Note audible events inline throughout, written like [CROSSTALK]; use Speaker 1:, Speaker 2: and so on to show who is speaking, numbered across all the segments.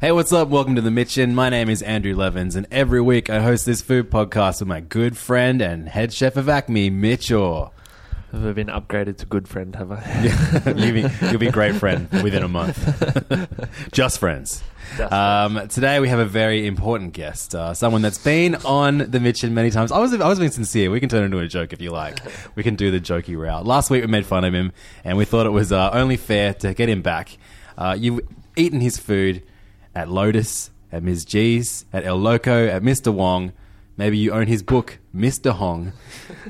Speaker 1: Hey, what's up? Welcome to the Mitchin. My name is Andrew Levins, and every week I host this food podcast with my good friend and head chef of Acme, Mitch Orr.
Speaker 2: Have I been upgraded to good friend, have I?
Speaker 1: you'll, be, you'll be great friend within a month. Just friends. Um, today we have a very important guest, uh, someone that's been on the Mitchin many times. I was, I was being sincere. We can turn it into a joke if you like. [LAUGHS] We can do the jokey route. Last week we made fun of him, and we thought it was uh, only fair to get him back. Uh, you've eaten his food at Lotus, at Ms. G's, at El Loco, at Mr. Wong. Maybe you own his book, Mr. [LAUGHS] Hong.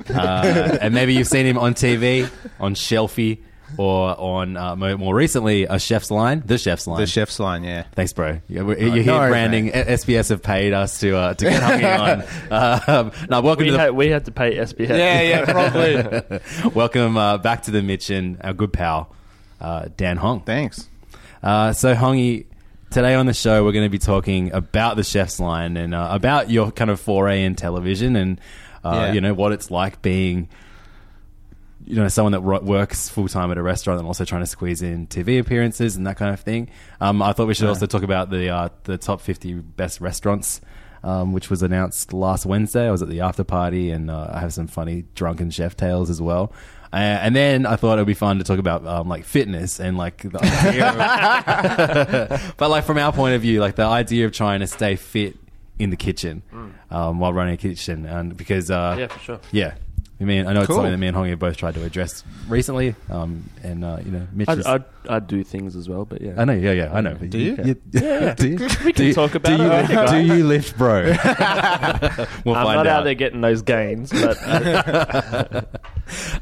Speaker 1: Uh, and maybe you've seen him on TV, on Shelfie, or on uh, mo- more recently, a chef's line, the chef's line.
Speaker 3: The chef's line, yeah.
Speaker 1: Thanks, bro. You- You're, here
Speaker 3: no worries,
Speaker 1: branding.
Speaker 3: mate.
Speaker 1: S- SBS have paid us to uh, to get
Speaker 3: [LAUGHS]
Speaker 1: hung on. Uh, um, no, welcome
Speaker 2: [LAUGHS] We,
Speaker 1: to the
Speaker 2: had, we had to pay SBS. [LAUGHS]
Speaker 3: yeah, probably.
Speaker 1: welcome uh, back to the Mitchin, our good pal uh, Dan Hong.
Speaker 3: Thanks.
Speaker 1: Uh, so, Hongi, today on the show, we're going to be talking about the chef's line and uh, about your kind of foray in television and, uh,
Speaker 3: Yeah.
Speaker 1: you know, what it's like being, you know, someone that ro- works full time at a restaurant and also trying to squeeze in TV appearances and that kind of thing. Um, I thought we should also talk about the, uh, the top 50 best restaurants. Um, which was announced last Wednesday. I was at the after party, and uh, I have some funny drunken chef tales as well. Uh, and then I thought it would be fun to talk about um, like fitness and like the idea of- but like from our point of [LAUGHS] view, like the idea of trying to stay fit in the kitchen um, while running a kitchen, and because uh,
Speaker 2: Yeah, for sure.
Speaker 1: yeah. I mean, I know it's
Speaker 3: Cool.
Speaker 1: something that me and Hongi have both tried to address recently, um, and uh, you know, Mitch.
Speaker 2: I'd,
Speaker 1: is-
Speaker 2: I'd, I'd do things as well, but yeah.
Speaker 1: I know, yeah, yeah, I know. Do
Speaker 3: you?
Speaker 1: yeah, [LAUGHS] do you?
Speaker 2: We can
Speaker 1: do you-
Speaker 2: talk about
Speaker 1: do
Speaker 2: it. I think
Speaker 1: You,
Speaker 2: I-
Speaker 1: do you lift,
Speaker 3: [LAUGHS]
Speaker 1: bro? [LAUGHS] we'll
Speaker 2: I'm
Speaker 1: find
Speaker 2: not out.
Speaker 1: out.
Speaker 2: there getting those gains, but [LAUGHS]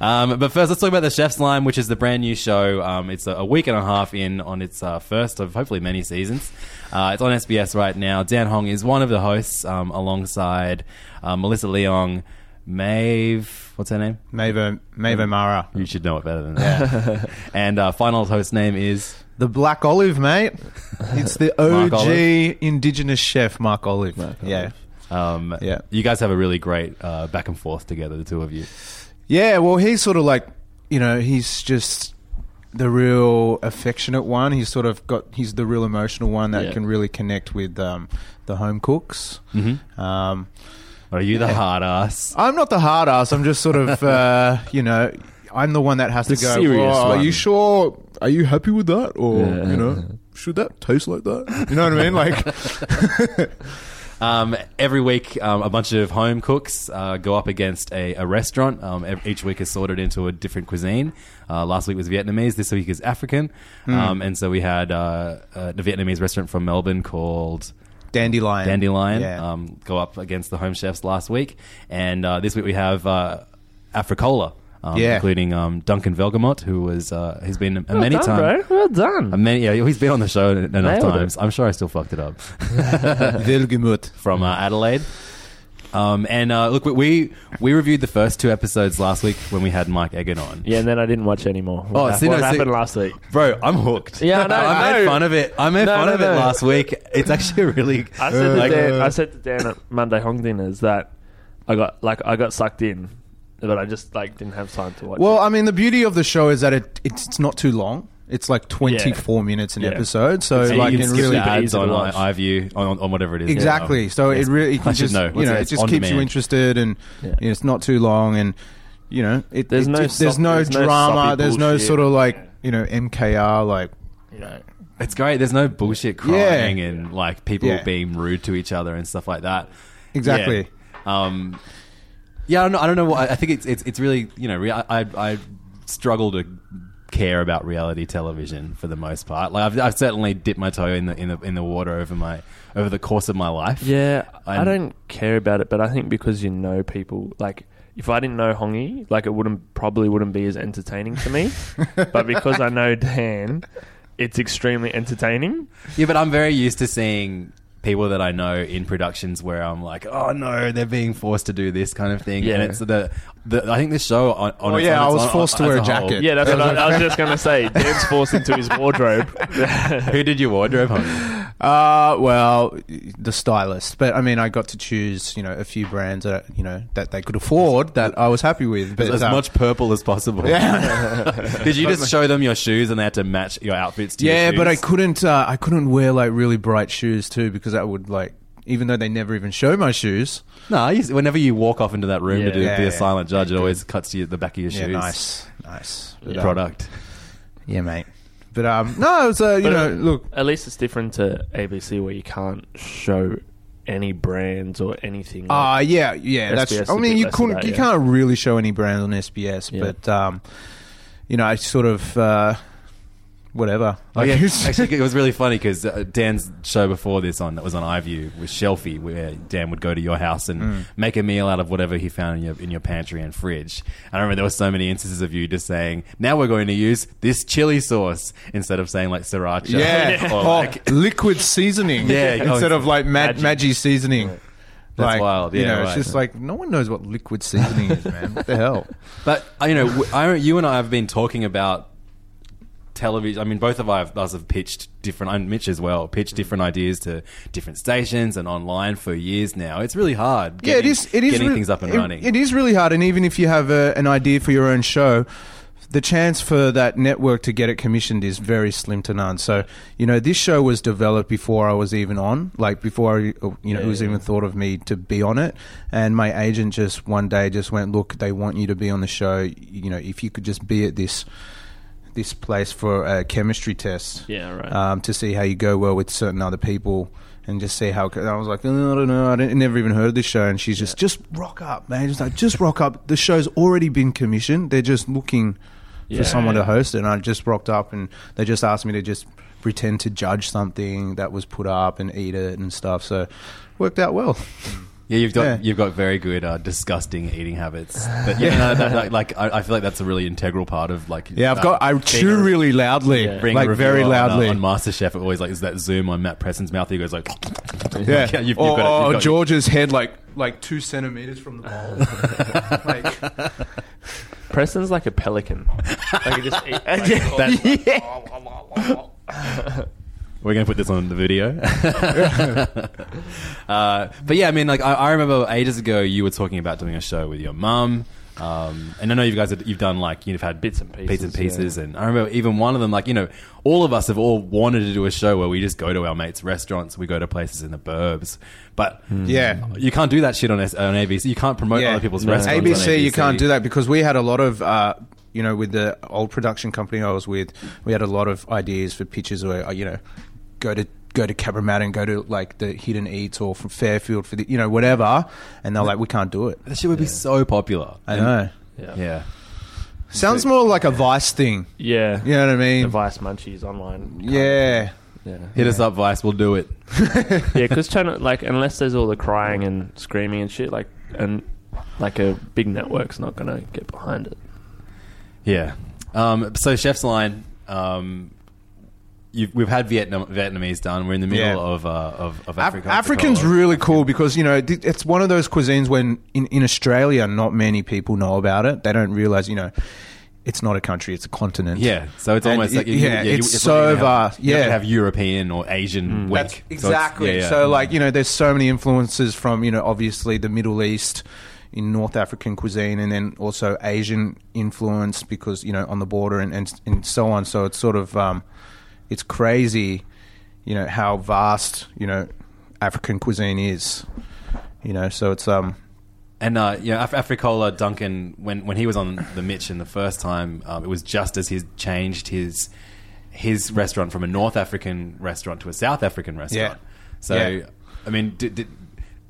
Speaker 1: Um, but first, let's talk about the Chef's Line, which is the brand new show. Um, it's a, a week and a half in on its uh, first of hopefully many seasons. Uh, it's on SBS right now. Dan Hong is one of the hosts um, alongside uh, Melissa Leong, Maeve, what's her name?
Speaker 3: Mavo, Mavo Mara.
Speaker 1: You should know it better than
Speaker 3: [LAUGHS]
Speaker 1: that. and uh, final host name is
Speaker 3: The Black Olive, mate. It's the
Speaker 1: [LAUGHS] Mark
Speaker 3: OG
Speaker 1: Olive.
Speaker 3: indigenous chef, Mark Olive. yeah.
Speaker 1: Um,
Speaker 3: Yeah.
Speaker 1: You guys have a really great uh, back and forth together, the two of you.
Speaker 3: Yeah, well, he's sort of like, you know, he's just the real affectionate one. He's sort of got, he's the real emotional one that
Speaker 2: Yeah.
Speaker 3: can really connect with um, the home cooks. Mm-hmm. Um,
Speaker 1: Are you the hard ass?
Speaker 3: I'm not the hard ass. I'm just sort of, uh, you know, I'm the one that has to go.
Speaker 2: serious
Speaker 3: "Well, Are
Speaker 2: one."
Speaker 3: you sure? Are you happy with that? Or you know, should that taste like that?
Speaker 1: [LAUGHS]
Speaker 3: You know what I mean? Like,
Speaker 1: Um, every week, um, a bunch of home cooks uh, go up against a, a restaurant. Um, ev- each week is sorted into a different cuisine. Uh, last week was Vietnamese. This week is African.
Speaker 3: Hmm.
Speaker 1: Um, and so we had uh, uh, the Vietnamese restaurant from Melbourne called
Speaker 3: dandelion.
Speaker 1: Dandelion
Speaker 3: Yeah.
Speaker 1: um, go up against the home chefs last week. And uh, this week we have uh, Africola. Um,
Speaker 3: Yeah.
Speaker 1: including um, Duncan Velgamot, who was uh, he's been a many
Speaker 2: well done,
Speaker 1: times.
Speaker 2: bro. Well done.
Speaker 1: Uh, Many, yeah, he's been on the show en- enough
Speaker 2: Nailed it.
Speaker 1: times. I'm sure I still fucked it [LAUGHS] up
Speaker 3: Wilgemut.
Speaker 1: from uh, Adelaide. Um, and uh, look, we- we we reviewed the first two episodes last week when we had Mike Egan on.
Speaker 2: yeah, and then I didn't watch anymore. What,
Speaker 1: Oh, see, no,
Speaker 2: what
Speaker 1: see-
Speaker 2: happened last week?
Speaker 1: Bro, I'm hooked. [LAUGHS]
Speaker 2: Yeah, I know,
Speaker 1: I made
Speaker 2: no.
Speaker 1: fun of it. I made
Speaker 2: No,
Speaker 1: fun
Speaker 2: no,
Speaker 1: of it
Speaker 2: no.
Speaker 1: last week. It's actually really.
Speaker 2: I said,
Speaker 1: Uh, like-
Speaker 2: to Dan, I said to Dan at Monday Hong dinners that I got like I got sucked in, but I just like didn't have time to watch.
Speaker 3: Well,
Speaker 2: it.
Speaker 3: I mean, the beauty of the show is that it it's, it's not too long. It's like 24 minutes an
Speaker 2: Yeah.
Speaker 3: episode, so
Speaker 1: So
Speaker 3: like
Speaker 1: you can
Speaker 3: it
Speaker 1: skip
Speaker 3: really
Speaker 1: the ads
Speaker 2: easy to
Speaker 1: on
Speaker 2: watch.
Speaker 1: I- iView on, on whatever it is.
Speaker 3: Exactly.
Speaker 1: Yeah.
Speaker 3: So
Speaker 1: Yes.
Speaker 2: [LAUGHS]
Speaker 3: it really it
Speaker 1: I
Speaker 3: can
Speaker 1: should
Speaker 3: just
Speaker 1: know.
Speaker 3: you
Speaker 1: What's
Speaker 3: know
Speaker 1: it?
Speaker 3: it
Speaker 1: It's
Speaker 3: just
Speaker 1: on
Speaker 3: keeps you
Speaker 1: demand.
Speaker 3: interested and
Speaker 2: Yeah.
Speaker 3: you know, it's not too long and you know it,
Speaker 2: There's
Speaker 3: it-
Speaker 2: no
Speaker 3: it- there's
Speaker 2: soft-
Speaker 3: no
Speaker 2: there's no
Speaker 3: drama
Speaker 2: soppy
Speaker 3: there's no
Speaker 2: bullshit.
Speaker 3: sort of like you know MKR like you know
Speaker 1: It's great. There's no bullshit crying and like people
Speaker 3: Yeah.
Speaker 1: being rude to each other and stuff like that.
Speaker 3: exactly
Speaker 1: Yeah. Um, Yeah, I don't know. I don't know what I think it's it's it's really you know rea- I I struggle to care about reality television for the most part. Like I've, I've certainly dipped my toe in the in the in the water over my over the course of my life.
Speaker 2: Yeah, I'm, I
Speaker 1: I'm-
Speaker 2: do not care about it, but I think because you know people, like if I didn't know Hongi, like it wouldn't probably wouldn't be as entertaining to [LAUGHS] me. but because I know Dan, it's extremely entertaining.
Speaker 1: Yeah, but I'm very used to seeing people that I know in productions where I'm like, oh no, they're being forced to do this kind of thing.
Speaker 2: Yeah.
Speaker 1: And it's the, the I think this show on, on
Speaker 3: Oh,
Speaker 1: its
Speaker 3: yeah,
Speaker 1: own-
Speaker 3: I
Speaker 1: it's
Speaker 3: was
Speaker 1: on-
Speaker 3: forced to
Speaker 1: as
Speaker 3: wear a
Speaker 1: whole.
Speaker 3: jacket.
Speaker 2: Yeah, that's what I, I was just gonna
Speaker 3: [LAUGHS]
Speaker 2: say. Dan's forced into his wardrobe. [LAUGHS]
Speaker 1: Who did your wardrobe on?
Speaker 3: Uh, well, the stylist. But I mean, I got to choose, you know, a few brands that you know that they could afford that I was happy with. But
Speaker 1: As
Speaker 3: uh,
Speaker 1: much purple as possible.
Speaker 3: Yeah.
Speaker 1: [LAUGHS] Did you just show them your shoes and they had to match your outfits to your
Speaker 3: yeah, but I
Speaker 1: shoes?
Speaker 3: couldn't. Uh, I couldn't wear like really bright shoes too because that would like. Even though they never even show my shoes.
Speaker 1: No, you, whenever you walk off into that room
Speaker 2: Yeah.
Speaker 1: to do,
Speaker 3: Yeah,
Speaker 1: be
Speaker 3: yeah.
Speaker 1: a silent judge, it always cuts to you, the back of your
Speaker 3: Yeah,
Speaker 1: shoes.
Speaker 3: nice, nice But, uh,
Speaker 1: Product.
Speaker 3: Yeah, mate. But um, no, it was uh, you
Speaker 2: But,
Speaker 3: know,
Speaker 2: uh,
Speaker 3: look,
Speaker 2: At least it's different to ABC where you can't show any brands or anything. like-
Speaker 3: Uh yeah, yeah.
Speaker 2: SBS
Speaker 3: that's. I
Speaker 2: would be
Speaker 3: mean, you
Speaker 2: less of
Speaker 3: couldn't,
Speaker 2: that,
Speaker 3: you
Speaker 2: yeah.
Speaker 3: can't really show any brands on SBS,
Speaker 2: Yeah.
Speaker 3: but um, you know, I sort of uh, whatever.
Speaker 1: Oh,
Speaker 3: [LAUGHS]
Speaker 1: yeah.
Speaker 3: it's-
Speaker 1: Actually, it was really funny because uh, Dan's show before this on that was on iView was Shelfie, where Dan would go to your house and
Speaker 3: Mm.
Speaker 1: make a meal out of whatever he found in your in your pantry and fridge. And I remember there were so many instances of you just saying, "Now we're going to use this chili sauce" instead of saying like sriracha. [LAUGHS]
Speaker 3: yeah.
Speaker 1: Or,
Speaker 3: Oh,
Speaker 1: like,
Speaker 3: liquid seasoning.
Speaker 1: Yeah, oh,
Speaker 3: instead of like mag-
Speaker 2: Maggi.
Speaker 3: Maggi seasoning.
Speaker 1: That's
Speaker 3: like,
Speaker 1: wild,
Speaker 3: you
Speaker 1: yeah,
Speaker 3: know,
Speaker 1: right.
Speaker 3: it's just like no one knows what liquid seasoning is, man. What
Speaker 1: [LAUGHS]
Speaker 3: the hell?
Speaker 1: But uh, you know, w- I, you and I have been talking about television. I mean, both of I've- us have pitched different, and Mitch as well, pitched
Speaker 3: Mm.
Speaker 1: different ideas to different stations and online for years now. It's really hard.
Speaker 3: yeah, it
Speaker 1: getting-
Speaker 3: is. It is
Speaker 1: getting
Speaker 3: re-
Speaker 1: things up and
Speaker 3: it-
Speaker 1: running.
Speaker 3: It is really hard, and even if you have a, an idea for your own show, the chance for that network to get it commissioned is very slim to none. So, you know, this show was developed before I was even on, like before I, you know it was even thought of me to be on it. And my agent just one day just went, "Look, they want you to be on the show. You know, if you could just be at this." This place for a chemistry test,
Speaker 2: Yeah, right.
Speaker 3: um, to see how you go well with certain other people and just see how. And I was like, "Oh, I don't know, I didn't, never even heard of this show. And she's just, just rock up, man. Just like, just rock up. The show's already been commissioned. They're just looking
Speaker 2: Yeah.
Speaker 3: for someone to host it. And I just rocked up, and they just asked me to just pretend to judge something that was put up and eat it and stuff. So worked out well.
Speaker 1: Yeah, you've got
Speaker 3: Yeah.
Speaker 1: you've got very good uh, disgusting eating habits.
Speaker 3: [LAUGHS]
Speaker 1: But yeah, no, that, that, like I, I feel like that's a really integral part of like.
Speaker 3: Yeah, I've
Speaker 1: uh,
Speaker 3: got. I chew
Speaker 1: being a-
Speaker 3: really loudly,
Speaker 1: being a
Speaker 3: like
Speaker 1: reviewer
Speaker 3: very
Speaker 1: on, uh,
Speaker 3: loudly.
Speaker 1: on, MasterChef. It always like is that zoom on Matt Preston's mouth. He goes like, [LAUGHS]
Speaker 3: Yeah, Oh,
Speaker 1: Like, you've- you've
Speaker 3: or,
Speaker 1: got it,
Speaker 3: or
Speaker 1: you've got it. [LAUGHS]
Speaker 3: George's head like like two centimeters from the bowl. like,
Speaker 2: Preston's like a pelican. Like you just eat, like,
Speaker 1: [LAUGHS] We're gonna put this on the video. [LAUGHS] uh, but yeah, I mean, like I, I remember ages ago, you were talking about doing a show with your mum, um, and I know you guys have, you've done like you've had
Speaker 2: Bits and
Speaker 1: bits and
Speaker 2: pieces,
Speaker 1: pieces, and I remember even one of them, like you know, all of us have all wanted to do a show where we just go to our mates' restaurants, we go to places in the burbs, but
Speaker 3: yeah,
Speaker 1: you can't do that shit on, S- on ABC. You can't promote other people's restaurants. on
Speaker 3: ABC, you can't do that because we had a lot of, uh, you know, with the old production company I was with, we had a lot of ideas for pitches where, uh, you know, go to go to Cabramatta and go to like the Hidden Eats or from Fairfield for the, you know, whatever, and they're like, we can't do it.
Speaker 1: That shit would be so popular.
Speaker 3: I know.
Speaker 2: yeah.
Speaker 1: Yeah.
Speaker 3: Sounds more like a Vice thing.
Speaker 2: yeah,
Speaker 3: You know what I
Speaker 2: The
Speaker 3: mean?
Speaker 2: Vice Munchies online.
Speaker 3: Yeah.
Speaker 2: yeah.
Speaker 1: Hit us up, Vice. We'll do
Speaker 3: [LAUGHS]
Speaker 1: it.
Speaker 2: Yeah, because Channel like unless there's all the crying and screaming and shit, like and like a big network's not gonna get behind it.
Speaker 1: Yeah. Um, so chef's line. Um, you've, we've had Vietnam, Vietnamese done. We're in the middle
Speaker 3: Yeah.
Speaker 1: of, uh, of of
Speaker 3: Af-
Speaker 1: Africa.
Speaker 3: African's
Speaker 1: Cola.
Speaker 3: really cool because you know th- it's one of those cuisines when in, in Australia not many people know about it. They don't realize you know it's not a country; it's a continent.
Speaker 1: Yeah. So it's
Speaker 3: And
Speaker 1: almost
Speaker 3: it-
Speaker 1: like you-
Speaker 3: yeah,
Speaker 1: you-
Speaker 3: it's
Speaker 1: like
Speaker 3: so
Speaker 1: you don't have-
Speaker 3: vast,
Speaker 1: you don't
Speaker 3: yeah. Mm.
Speaker 1: have European or Asian. week.
Speaker 3: That's
Speaker 1: So it's-
Speaker 3: exactly. So,
Speaker 1: yeah, yeah.
Speaker 3: like you know, there's so many influences from you know obviously the Middle East. In North African cuisine, and then also Asian influence because you know on the border and and, and so on. So it's sort of um, it's crazy, you know how vast you know African cuisine is. You know, so it's um,
Speaker 1: And uh, you know, Af- Africola Duncan, when when he was on the Mitchin the first time, um, it was just as he changed his his restaurant from a North African restaurant to a South African restaurant.
Speaker 3: Yeah.
Speaker 1: So,
Speaker 3: Yeah.
Speaker 1: I mean, did, did,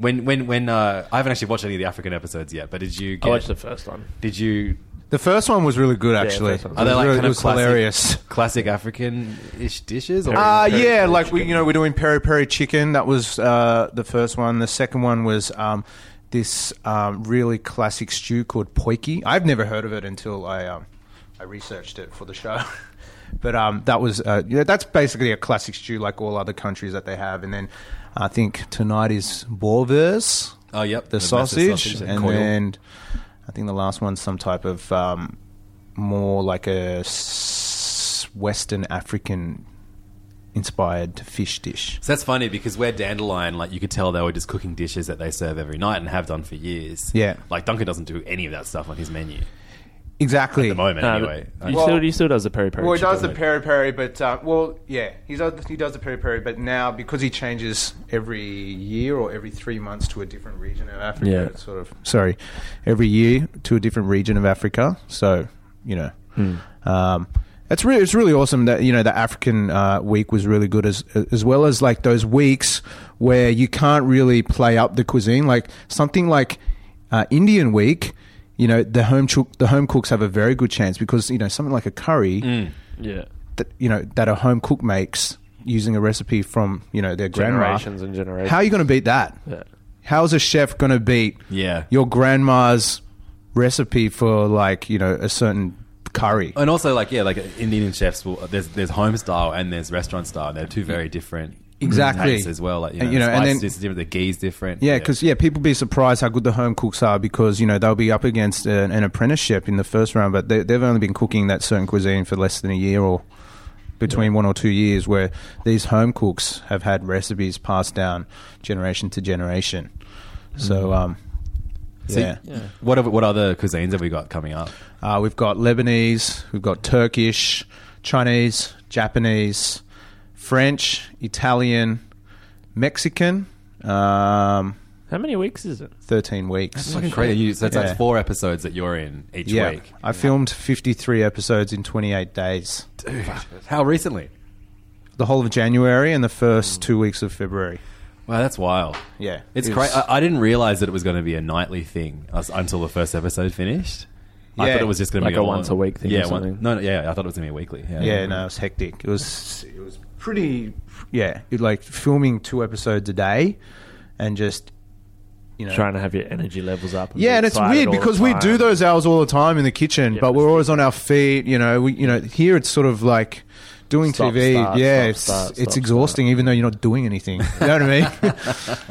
Speaker 1: When when when uh, I haven't actually watched any of the African episodes yet, but did you? Get,
Speaker 2: I watched the first one.
Speaker 1: Did you?
Speaker 3: The first one was really good, actually.
Speaker 2: first one.
Speaker 1: Are they like
Speaker 3: It was
Speaker 1: kind
Speaker 3: it
Speaker 1: of
Speaker 3: was
Speaker 1: classic,
Speaker 3: hilarious.
Speaker 1: classic African-ish dishes? Or
Speaker 3: Uh, yeah, like we, you know, we're doing peri peri chicken. That was uh, the first one. The second one was um, this um, really classic stew called poiki. I've never heard of it until I um, I researched it for the show. [LAUGHS] but um, that was uh, you know, that's basically a classic stew like all other countries that they have. And then I think tonight is boerewors,
Speaker 1: Oh, yep,
Speaker 3: the,
Speaker 1: the massive
Speaker 3: sausage,
Speaker 1: sausage and
Speaker 3: and
Speaker 1: coil.
Speaker 3: then I think the last one's some type of um, more like a s- Western African inspired fish dish.
Speaker 1: So that's funny because we're Dandelion, like you could tell they were just cooking dishes that they serve every night and have done for years.
Speaker 3: Yeah.
Speaker 1: Like Duncan doesn't do any of that stuff on his menu at
Speaker 3: Exactly.
Speaker 1: the moment,
Speaker 2: Nah,
Speaker 1: anyway.
Speaker 2: he, Uh, still, he still does the peri peri.
Speaker 3: Well, he does the
Speaker 2: chicken.
Speaker 3: peri peri, but uh, well, yeah, he's, he does the peri peri, but now because he changes every year or every three months to a different region of Africa,
Speaker 2: Yeah.
Speaker 3: it's sort of sorry, every year to a different region of Africa. So you know, um, it's really it's really awesome that you know the African uh, week was really good as as well as like those weeks where you can't really play up the cuisine, like something like uh, Indian week. You know the home chook the home cooks have a very good chance because you know something like a curry
Speaker 2: Yeah.
Speaker 3: that you know that a home cook makes using a recipe from you know their grandma.
Speaker 2: Generations and generations.
Speaker 3: How are you going to beat that?
Speaker 2: Yeah.
Speaker 3: How's a chef going to beat
Speaker 1: Yeah.
Speaker 3: your grandma's recipe for like you know a certain curry?
Speaker 1: And also, like, yeah, like Indian chefs will, there's, there's home style and there's restaurant style. They're two very different
Speaker 3: Exactly.
Speaker 1: tastes as well. Like, you know,
Speaker 3: And, you know,
Speaker 1: the
Speaker 3: and
Speaker 1: spice
Speaker 3: then-
Speaker 1: is different, the ghee's different.
Speaker 3: Yeah, because yeah, people be surprised how good the home cooks are because you know they'll be up against an, an apprenticeship in the first round, but they, they've only been cooking that certain cuisine for less than a year or between one or two years. Where these home cooks have had recipes passed down generation to generation. So, um,
Speaker 1: So
Speaker 3: yeah,
Speaker 1: What, other- what other cuisines have we got coming up?
Speaker 3: uh, we've got Lebanese, we've got Turkish, Chinese, Japanese, French, Italian, Mexican. Um,
Speaker 2: How many weeks is it?
Speaker 3: Thirteen weeks.
Speaker 1: Fucking crazy. You, so that's, that's
Speaker 3: Yeah.
Speaker 1: four episodes that you're in each week.
Speaker 3: I filmed 53 episodes in 28 days.
Speaker 1: How recently?
Speaker 3: The whole of January and the first two weeks of February.
Speaker 1: Wow, that's wild.
Speaker 3: Yeah.
Speaker 1: Mm. It's
Speaker 3: It
Speaker 1: crazy.
Speaker 3: was-
Speaker 1: I, I didn't realize that it was going to be a nightly thing us- until the first episode finished. I
Speaker 3: Yeah.
Speaker 1: thought it was just going to
Speaker 2: Like
Speaker 1: be
Speaker 2: a
Speaker 1: long-
Speaker 2: once a week thing or
Speaker 1: Yeah,
Speaker 2: something.
Speaker 1: no, no, yeah, I thought it was going to be weekly. Yeah,
Speaker 3: Yeah, no, it was hectic. It was it was pretty yeah, it, like filming two episodes a day and just you know
Speaker 2: Trying to have your energy levels up.
Speaker 3: Yeah, and it's weird because we do those hours all the time in the kitchen, but we're always on our feet. You know, we you know here it's sort of like doing
Speaker 2: Stop,
Speaker 3: TV.
Speaker 2: start,
Speaker 3: yeah,
Speaker 2: stop,
Speaker 3: it's
Speaker 2: start,
Speaker 3: it's
Speaker 2: stop,
Speaker 3: exhausting, even though you're not doing anything. You know
Speaker 2: [LAUGHS]
Speaker 3: what I mean?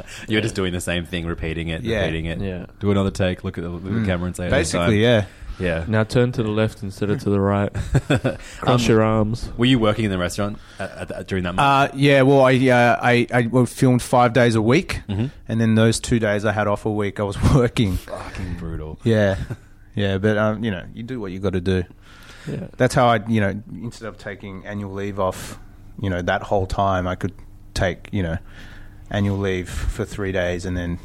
Speaker 1: [LAUGHS] You're just doing the same thing, repeating it,
Speaker 3: Yeah.
Speaker 1: repeating it.
Speaker 2: Yeah.
Speaker 1: Do another take. Look at the, look at the camera and say it this time.
Speaker 3: Basically, yeah.
Speaker 1: yeah. [LAUGHS] Um,
Speaker 2: Now turn to the left instead of to the [LAUGHS] right. Um, Cross your arms.
Speaker 1: Were you working in the restaurant at, at, at- during that? Month?
Speaker 3: Uh, yeah, well, I, uh, I, I well, filmed five days a week,
Speaker 2: Mm-hmm.
Speaker 3: and then those two days I had off a week, I was [LAUGHS] working.
Speaker 1: Fucking brutal.
Speaker 2: [LAUGHS]
Speaker 3: Yeah, yeah, but um, you know, you do what you got to do.
Speaker 2: Yeah.
Speaker 3: That's how I, you know, instead of taking annual leave off, you know, that whole time I could take, you know, annual leave for three days, and then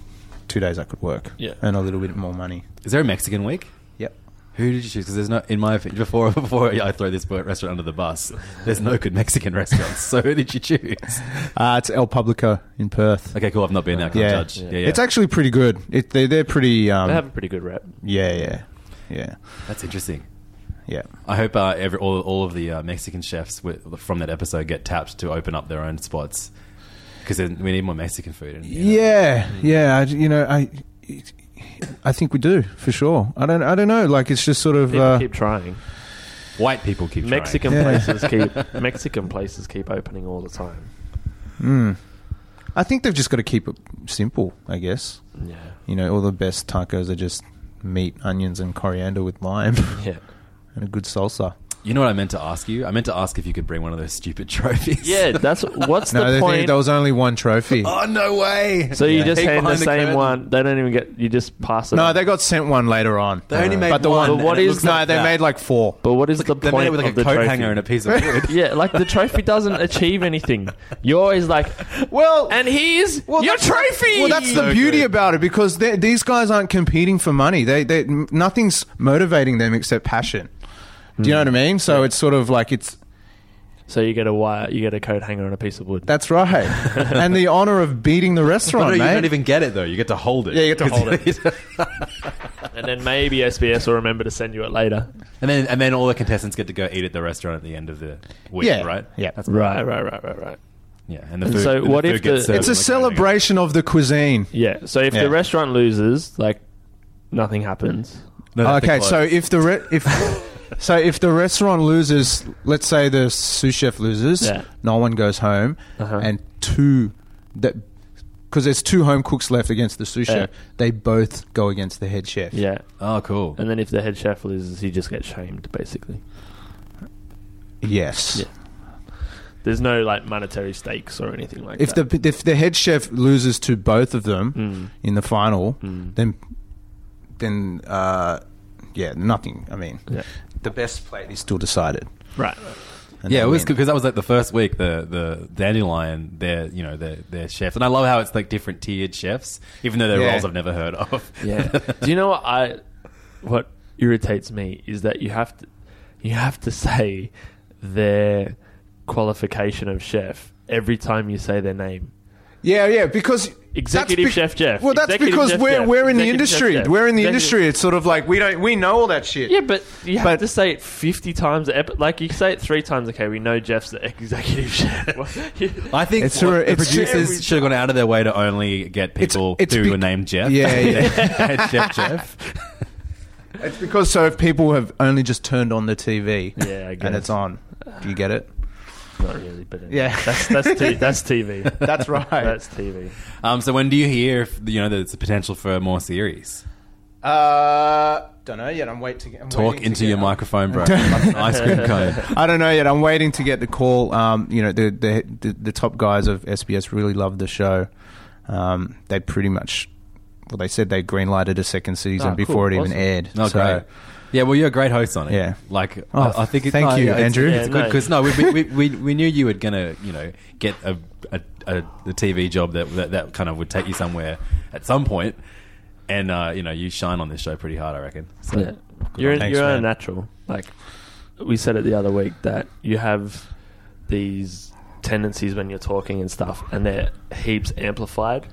Speaker 3: two days I could work,
Speaker 2: Yeah.
Speaker 3: and a little bit more money.
Speaker 1: Is there a Mexican week?
Speaker 3: Yep.
Speaker 1: Who did you choose? Because there's no, in my opinion, before [LAUGHS] before I throw this restaurant under the bus, there's no good Mexican restaurants. [LAUGHS] So who did you choose?
Speaker 3: [LAUGHS] Uh, it's El Publico in Perth.
Speaker 1: Okay, cool. I've not been there. I can't
Speaker 3: Yeah.
Speaker 1: judge. Yeah, yeah.
Speaker 3: It's actually pretty good. It, they, they're pretty. Um,
Speaker 2: They have a pretty good rep.
Speaker 3: yeah, yeah, yeah,
Speaker 1: That's interesting.
Speaker 3: yeah.
Speaker 1: I hope uh, every, all, all of the uh, Mexican chefs wi- from that episode get tapped to open up their own spots because we need more Mexican food. And, you know.
Speaker 3: Yeah,
Speaker 2: Mm.
Speaker 3: yeah. I, you know, I, I think we do for sure. I don't, I don't know. Like it's just sort of.
Speaker 2: People
Speaker 3: Uh,
Speaker 2: keep trying.
Speaker 1: White people keep trying.
Speaker 2: Mexican
Speaker 3: Yeah.
Speaker 2: places
Speaker 3: [LAUGHS]
Speaker 2: keep Mexican places keep opening all the time.
Speaker 3: I think they've just got to keep it simple. I guess
Speaker 2: Yeah.
Speaker 3: you know all the best tacos are just meat, onions, and coriander with lime [LAUGHS]
Speaker 2: Yeah.
Speaker 3: and a good salsa.
Speaker 1: You know what I meant to ask you? I meant to ask if you could bring one of those stupid [LAUGHS] trophies.
Speaker 3: [LAUGHS]
Speaker 2: Yeah, that's what's
Speaker 3: No,
Speaker 2: the
Speaker 3: they
Speaker 2: point.
Speaker 3: think there was only one trophy.
Speaker 1: oh no way!
Speaker 2: so you just
Speaker 1: Peek
Speaker 2: hand the
Speaker 1: behind
Speaker 2: same
Speaker 1: curtain.
Speaker 2: one. They don't even get. You just pass it.
Speaker 3: No,
Speaker 2: on.
Speaker 3: they got sent one later on. Uh,
Speaker 1: They only made
Speaker 3: but the
Speaker 1: one.
Speaker 3: one.
Speaker 2: But what
Speaker 1: and it
Speaker 2: is
Speaker 1: looks
Speaker 3: no,
Speaker 1: like
Speaker 3: they
Speaker 1: that.
Speaker 3: made like four.
Speaker 2: But what is the
Speaker 1: They made
Speaker 2: point
Speaker 1: it with like
Speaker 2: of
Speaker 1: a
Speaker 2: the
Speaker 1: coat
Speaker 2: trophy?
Speaker 1: hanger and a piece of
Speaker 3: [LAUGHS]
Speaker 1: wood.
Speaker 2: [LAUGHS] Yeah, like the trophy doesn't achieve anything. You're always like, well, and here's your
Speaker 3: that's-
Speaker 2: trophy.
Speaker 3: Well, that's the
Speaker 1: So
Speaker 3: beauty
Speaker 1: good.
Speaker 3: about it because they- these guys aren't competing for money. They, they, m- nothing's motivating them except passion. Do you know what I mean? So it's sort of like it's
Speaker 2: So you get a wire, you get a coat hanger and a piece of wood.
Speaker 3: That's right. and the honor of beating the
Speaker 1: No,
Speaker 3: restaurant,
Speaker 1: no, you
Speaker 3: mate.
Speaker 1: don't even get it though. You get to hold it. [LAUGHS]
Speaker 3: Yeah, you get to hold
Speaker 1: it.
Speaker 2: and then maybe SBS will remember to send you it later.
Speaker 1: [LAUGHS] and then and then all the contestants get to go eat at the restaurant at the end of the week,
Speaker 3: Yeah.
Speaker 1: right?
Speaker 3: Yeah.
Speaker 1: That's
Speaker 2: Right, right, right, right, right.
Speaker 1: Yeah, and the
Speaker 2: And
Speaker 1: food.
Speaker 2: so
Speaker 1: and the
Speaker 2: what
Speaker 1: food
Speaker 2: if
Speaker 1: gets
Speaker 2: the-
Speaker 1: served
Speaker 3: it's
Speaker 1: on
Speaker 3: a
Speaker 1: the counter.
Speaker 3: celebration of the cuisine.
Speaker 2: Yeah. So if
Speaker 3: Yeah.
Speaker 2: the restaurant loses, like nothing happens.
Speaker 1: No, that's the
Speaker 3: okay,
Speaker 1: close.
Speaker 3: so if the re- if
Speaker 2: [LAUGHS]
Speaker 3: so if the restaurant loses, let's say the sous chef loses,
Speaker 2: Yeah.
Speaker 3: no one goes home,
Speaker 2: Uh-huh.
Speaker 3: and two that because there's two home cooks left against the sous
Speaker 2: Yeah.
Speaker 3: chef, they both go against the head chef.
Speaker 2: Yeah.
Speaker 1: oh cool.
Speaker 2: And then if the head chef loses, he just gets shamed basically.
Speaker 3: Yes.
Speaker 2: Yeah. There's no like monetary stakes or anything like
Speaker 3: If
Speaker 2: that.
Speaker 3: the if the head chef loses to both of them
Speaker 2: Hmm.
Speaker 3: in the final, then then uh, yeah, nothing. I mean,
Speaker 2: Yeah.
Speaker 3: the best plate is still decided.
Speaker 2: Right.
Speaker 3: And
Speaker 1: Yeah,
Speaker 3: they
Speaker 1: it was
Speaker 3: win.
Speaker 1: good because that was like the first week. The the dandelion, their you know their their chefs, and I love how it's like different tiered chefs, even though they're
Speaker 3: Yeah.
Speaker 1: roles I've never heard of. [LAUGHS]
Speaker 2: Yeah. [LAUGHS] Do you know what I what irritates me is that you have to you have to say their qualification of chef every time you say their name.
Speaker 3: Yeah, yeah, because
Speaker 2: Executive
Speaker 3: that's
Speaker 2: Chef Jeff.
Speaker 3: Well, that's
Speaker 2: Executive
Speaker 3: because
Speaker 2: Chef
Speaker 3: we're
Speaker 2: Jeff.
Speaker 3: we're in the
Speaker 2: Executive Chef
Speaker 3: industry.
Speaker 2: Jeff.
Speaker 3: We're in the
Speaker 2: Executive-
Speaker 3: industry. It's sort of like we don't we know all that shit.
Speaker 2: Yeah, but you have
Speaker 3: But-
Speaker 2: to say it fifty times. a ep- Like you say it three times. Okay, we know Jeff's the [LAUGHS] executive chef.
Speaker 3: [LAUGHS]
Speaker 1: I think
Speaker 3: It's
Speaker 1: what
Speaker 3: true,
Speaker 1: the
Speaker 3: it's true.
Speaker 1: producers should have gone out of their way to only get
Speaker 3: It's-
Speaker 1: people
Speaker 3: it's
Speaker 1: who
Speaker 3: bec-
Speaker 1: were named Jeff. [LAUGHS]
Speaker 3: Yeah,
Speaker 1: yeah. Jeff, Jeff.
Speaker 3: It's because so if people have only just turned on the TV
Speaker 2: yeah, I guess.
Speaker 3: and it's on, do you get it?
Speaker 2: Not really, but anyway.
Speaker 3: Yeah.
Speaker 2: that's that's t- that's TV.
Speaker 3: [LAUGHS] That's right.
Speaker 2: [LAUGHS] That's TV.
Speaker 1: Um, so when do you hear if, you know there's a potential for more series?
Speaker 3: uh, don't know yet. I'm waiting to get I'm
Speaker 1: Talk
Speaker 3: waiting to
Speaker 1: into
Speaker 3: get-
Speaker 1: your microphone, [LAUGHS] bro. Ice cream cone. [LAUGHS]
Speaker 3: I don't know yet. I'm waiting to get the call. Um, you know, the the the, the top guys of SBS really loved the show. Um, they pretty much. Well, they said they greenlighted a second season
Speaker 2: Ah,
Speaker 3: before
Speaker 2: cool.
Speaker 3: it
Speaker 2: Awesome.
Speaker 3: even aired.
Speaker 1: Oh,
Speaker 3: so,
Speaker 1: great. Yeah, well, you're a great host on it.
Speaker 3: Yeah.
Speaker 1: Like,
Speaker 3: Oh,
Speaker 1: I, I think it's
Speaker 3: thank you,
Speaker 1: it's-
Speaker 3: Andrew.
Speaker 1: It's
Speaker 2: Yeah,
Speaker 1: good
Speaker 2: no.
Speaker 1: because, no, we, we, we,
Speaker 2: [LAUGHS]
Speaker 1: we knew you were going to, you know, get a, a, a, a TV job that, that, that kind of would take you somewhere at some point. And, uh, you know, you shine on this show pretty hard, I reckon. So,
Speaker 2: Yeah. You're
Speaker 3: Thanks,
Speaker 2: you're
Speaker 3: man.
Speaker 2: a natural. Like we said it the other week that you have these tendencies when you're talking and stuff, and they're heaps amplified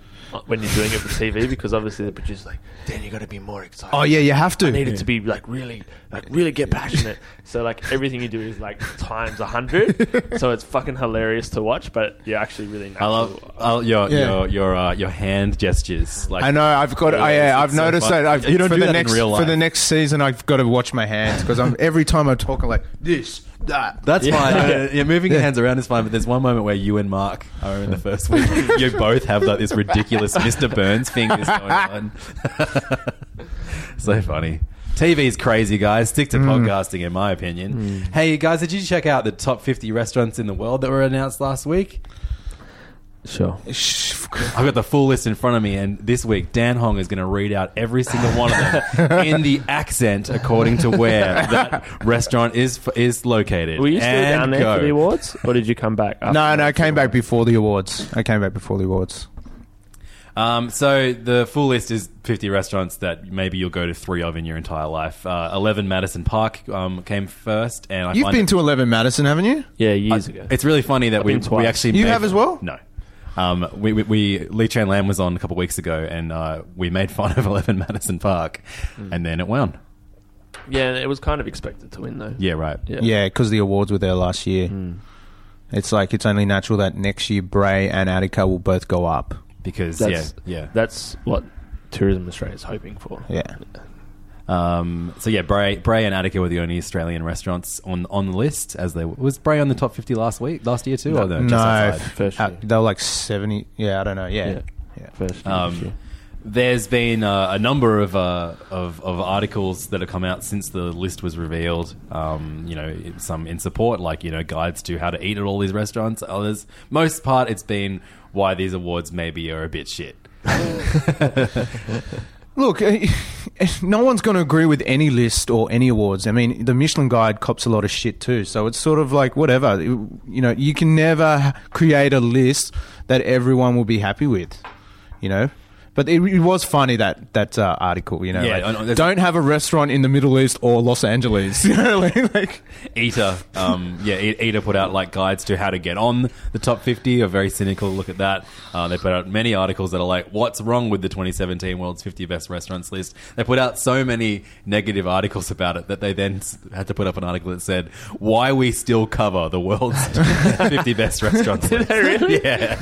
Speaker 2: when you're doing it for TV because obviously the producer's like, Dan, you got to be more excited.
Speaker 3: Oh yeah, you have to.
Speaker 2: I needed to be like really, like really get passionate. So like everything you do is like times a hundred.
Speaker 3: [LAUGHS]
Speaker 2: so it's fucking hilarious to watch, but you're actually really.
Speaker 1: I
Speaker 2: Natural.
Speaker 1: love I love your,
Speaker 3: Yeah.
Speaker 1: your, your, uh, your hand gestures. Like,
Speaker 3: I know. I've got. I,
Speaker 1: It's-
Speaker 3: yeah,
Speaker 1: it's
Speaker 3: I've
Speaker 1: so
Speaker 3: noticed
Speaker 1: fun.
Speaker 3: that. I've,
Speaker 1: You don't
Speaker 3: for
Speaker 1: do
Speaker 3: the
Speaker 1: that in
Speaker 3: next,
Speaker 1: real
Speaker 3: For the
Speaker 1: life.
Speaker 3: next season, I've got to watch my hands because I'm every time I talk, I'm like this, that.
Speaker 1: That's
Speaker 2: Yeah.
Speaker 1: fine.
Speaker 2: Yeah.
Speaker 1: Yeah.
Speaker 3: [LAUGHS]
Speaker 1: yeah, moving your hands around is fine. But there's one moment where you and Mark, I remember the first week, you both have like this [LAUGHS] ridiculous Mr. Burns fingers going [LAUGHS] on. so funny. TV's crazy, guys. Stick to podcasting, in my opinion. Hey, guys, did you check out the top 50 restaurants in the world that were announced last week?
Speaker 2: Sure.
Speaker 1: I've got the full list in front of me, and this week Dan Hong is going to read out every single one of [LAUGHS] them in the accent according to where that restaurant is is located.
Speaker 2: Were you still
Speaker 1: And
Speaker 2: down there for
Speaker 1: go.
Speaker 2: the awards, or did you come back? after?
Speaker 3: No, no. I came back before the awards. I came back before the awards.
Speaker 1: Um, so the full list is 50 restaurants that maybe you'll go to three of in your entire life. Uh, 11 Madison Park um, came first, and I
Speaker 3: You've
Speaker 1: find
Speaker 3: been
Speaker 1: it-
Speaker 3: to Eleven Madison, haven't you?
Speaker 2: Yeah, years ago.
Speaker 1: It's really funny that we,
Speaker 2: been twice.
Speaker 1: we actually
Speaker 3: You
Speaker 1: made-
Speaker 3: have as well?
Speaker 1: No. Um, we, we, we Lee Chan Lam was on a couple weeks ago, and uh, we made fun of [LAUGHS] 11 Madison Park,
Speaker 2: Hmm.
Speaker 1: and then it won.
Speaker 2: Yeah, it was kind of expected to win though.
Speaker 1: Yeah, Hmm. right.
Speaker 2: Yeah.
Speaker 3: Yeah, because the awards were there last year. It's like it's only natural that next year Bray and Attica will both go up.
Speaker 1: Because
Speaker 2: That's-
Speaker 1: yeah, yeah.
Speaker 2: That's what Tourism Australia is hoping for.
Speaker 3: Yeah.
Speaker 1: Um, so yeah, Bray, Bray and Attica were the only Australian restaurants on on the list. As they was Bray on the top 50 last week, last year too, or Oh, no? Just
Speaker 3: no,
Speaker 1: outside?
Speaker 2: First
Speaker 3: uh,
Speaker 2: year.
Speaker 3: they were like seventy. Yeah, I don't know.
Speaker 2: Yeah.
Speaker 3: Yeah, yeah.
Speaker 2: First year, this
Speaker 1: Um,
Speaker 2: year.
Speaker 1: there's been uh, a number of, uh, of of articles that have come out since the list was revealed. Um, you know, some in support, like you know, guides to how to eat at all these restaurants. Others, most part, it's been why these awards maybe are a bit shit.
Speaker 3: Look, [LAUGHS] eh, no one's going to agree with any list or any awards. I mean, the Michelin Guide cops a lot of shit too. So it's sort of like whatever. You know, you can never create a list that everyone will be happy with. You know, But it, it was funny that that uh, article, you know.
Speaker 1: Yeah,
Speaker 3: like,
Speaker 1: I know, there's-
Speaker 3: don't have a restaurant in the Middle East or Los Angeles. [LAUGHS] You know, like, like-
Speaker 1: Eater, um, yeah, E- Eater put out like guides to how to get on the top 50. A very cynical look at that. Uh, they put out many articles that are like, "What's wrong with the 2017 World's 50 Best Restaurants list?" They put out so many negative articles about it that they then s- had to put up an article that said, "Why we still cover the world's [LAUGHS] 50 best restaurants." Did they really? Yeah.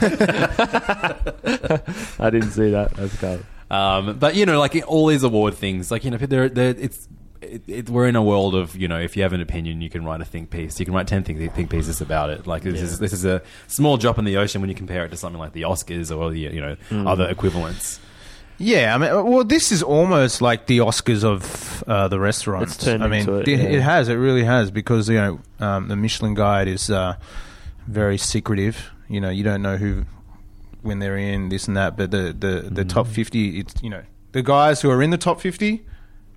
Speaker 2: I didn't see that. That's cool.
Speaker 1: Um, but you know, like all these award things, like you know, they're, they're, it's it, it, we're in a world of you know, if you have an opinion, you can write a think piece. You can write ten think, think pieces about it. Like this is this is a small drop in the ocean when you compare it to something like the Oscars or the you know
Speaker 2: Hmm.
Speaker 1: other
Speaker 2: [LAUGHS]
Speaker 1: equivalents. [LAUGHS]
Speaker 3: yeah, I mean, well, this is almost like the Oscars of uh, the restaurants.
Speaker 2: It's turned
Speaker 3: I mean,
Speaker 2: into it,
Speaker 3: it,
Speaker 2: yeah.
Speaker 3: has, it really has, because you know um, the Michelin Guide is uh, very secretive. You know, you don't know who when they're in this and that, but the the, the
Speaker 2: Mm.
Speaker 3: top fifty, it's you know the guys who are in the top fifty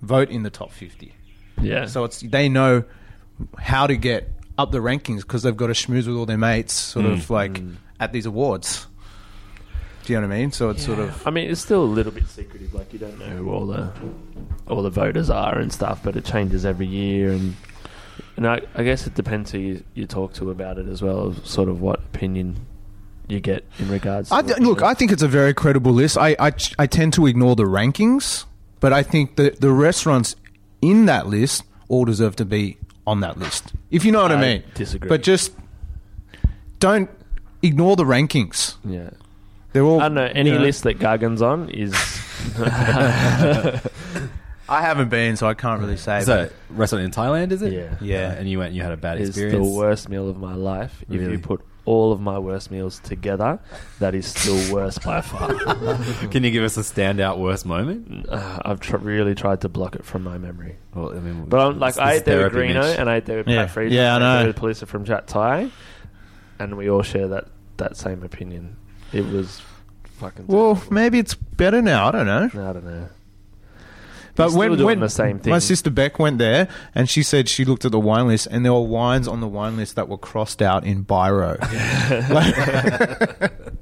Speaker 3: vote in the top fifty.
Speaker 2: Yeah.
Speaker 3: So it's they know how to get up the rankings because they've got to schmooze with all their mates, sort of
Speaker 2: Mm.
Speaker 3: like at these awards. Do you know what I mean? So it's sort of
Speaker 2: I mean, it's still a little bit secretive. Like you don't know who all the all the voters are and stuff, but it changes every year, and and I, I guess it depends who you, you talk to about it as well, of sort of what opinion you get in regards. To
Speaker 3: I
Speaker 2: what
Speaker 3: th- look.
Speaker 2: you-
Speaker 3: I think it's a very credible list. I, I ch- I tend to ignore the rankings, but I think the the restaurants in that list all deserve to be on that list. If you know what I,
Speaker 2: I
Speaker 3: mean.
Speaker 2: disagree.
Speaker 3: But just don't ignore the rankings.
Speaker 2: yeah.
Speaker 3: They're all.
Speaker 2: I don't know any
Speaker 3: you
Speaker 2: list that Gargan's on
Speaker 3: [LAUGHS]
Speaker 2: is [LAUGHS]
Speaker 3: I haven't been, so I can't really say.
Speaker 1: So restaurant in Thailand, is it?
Speaker 2: Yeah.
Speaker 3: Yeah.
Speaker 1: Uh, and you went, and you had a bad
Speaker 2: is the
Speaker 1: experience. [LAUGHS]
Speaker 2: worst meal of my life. If
Speaker 1: Really?
Speaker 2: you put all of my worst meals together, that is still worse
Speaker 1: [LAUGHS]
Speaker 2: by far.
Speaker 1: Ah,
Speaker 2: [LAUGHS]
Speaker 1: Can you give us a standout worst moment?
Speaker 2: Uh, I've tr- really tried to block it from my memory.
Speaker 1: Well, I mean,
Speaker 2: But I'm, like,
Speaker 1: this
Speaker 2: I
Speaker 1: is
Speaker 2: ate there with
Speaker 1: therapy,
Speaker 2: Greeno
Speaker 1: Mitch.
Speaker 2: and I ate there with
Speaker 3: Yeah.
Speaker 2: Pat Friedman.
Speaker 3: Yeah, I
Speaker 2: and
Speaker 3: know.
Speaker 2: With Polisa from Chat Thai, and we all share that that same opinion. It was fucking.
Speaker 3: Well,
Speaker 2: terrible.
Speaker 3: maybe it's better now. I don't know.
Speaker 2: I don't know.
Speaker 3: But
Speaker 2: You're
Speaker 3: when,
Speaker 2: still doing
Speaker 3: when
Speaker 2: the same
Speaker 3: my
Speaker 2: thing.
Speaker 3: sister Beck went there and she said she looked at the wine list and there were wines on the wine list that were crossed out in biro.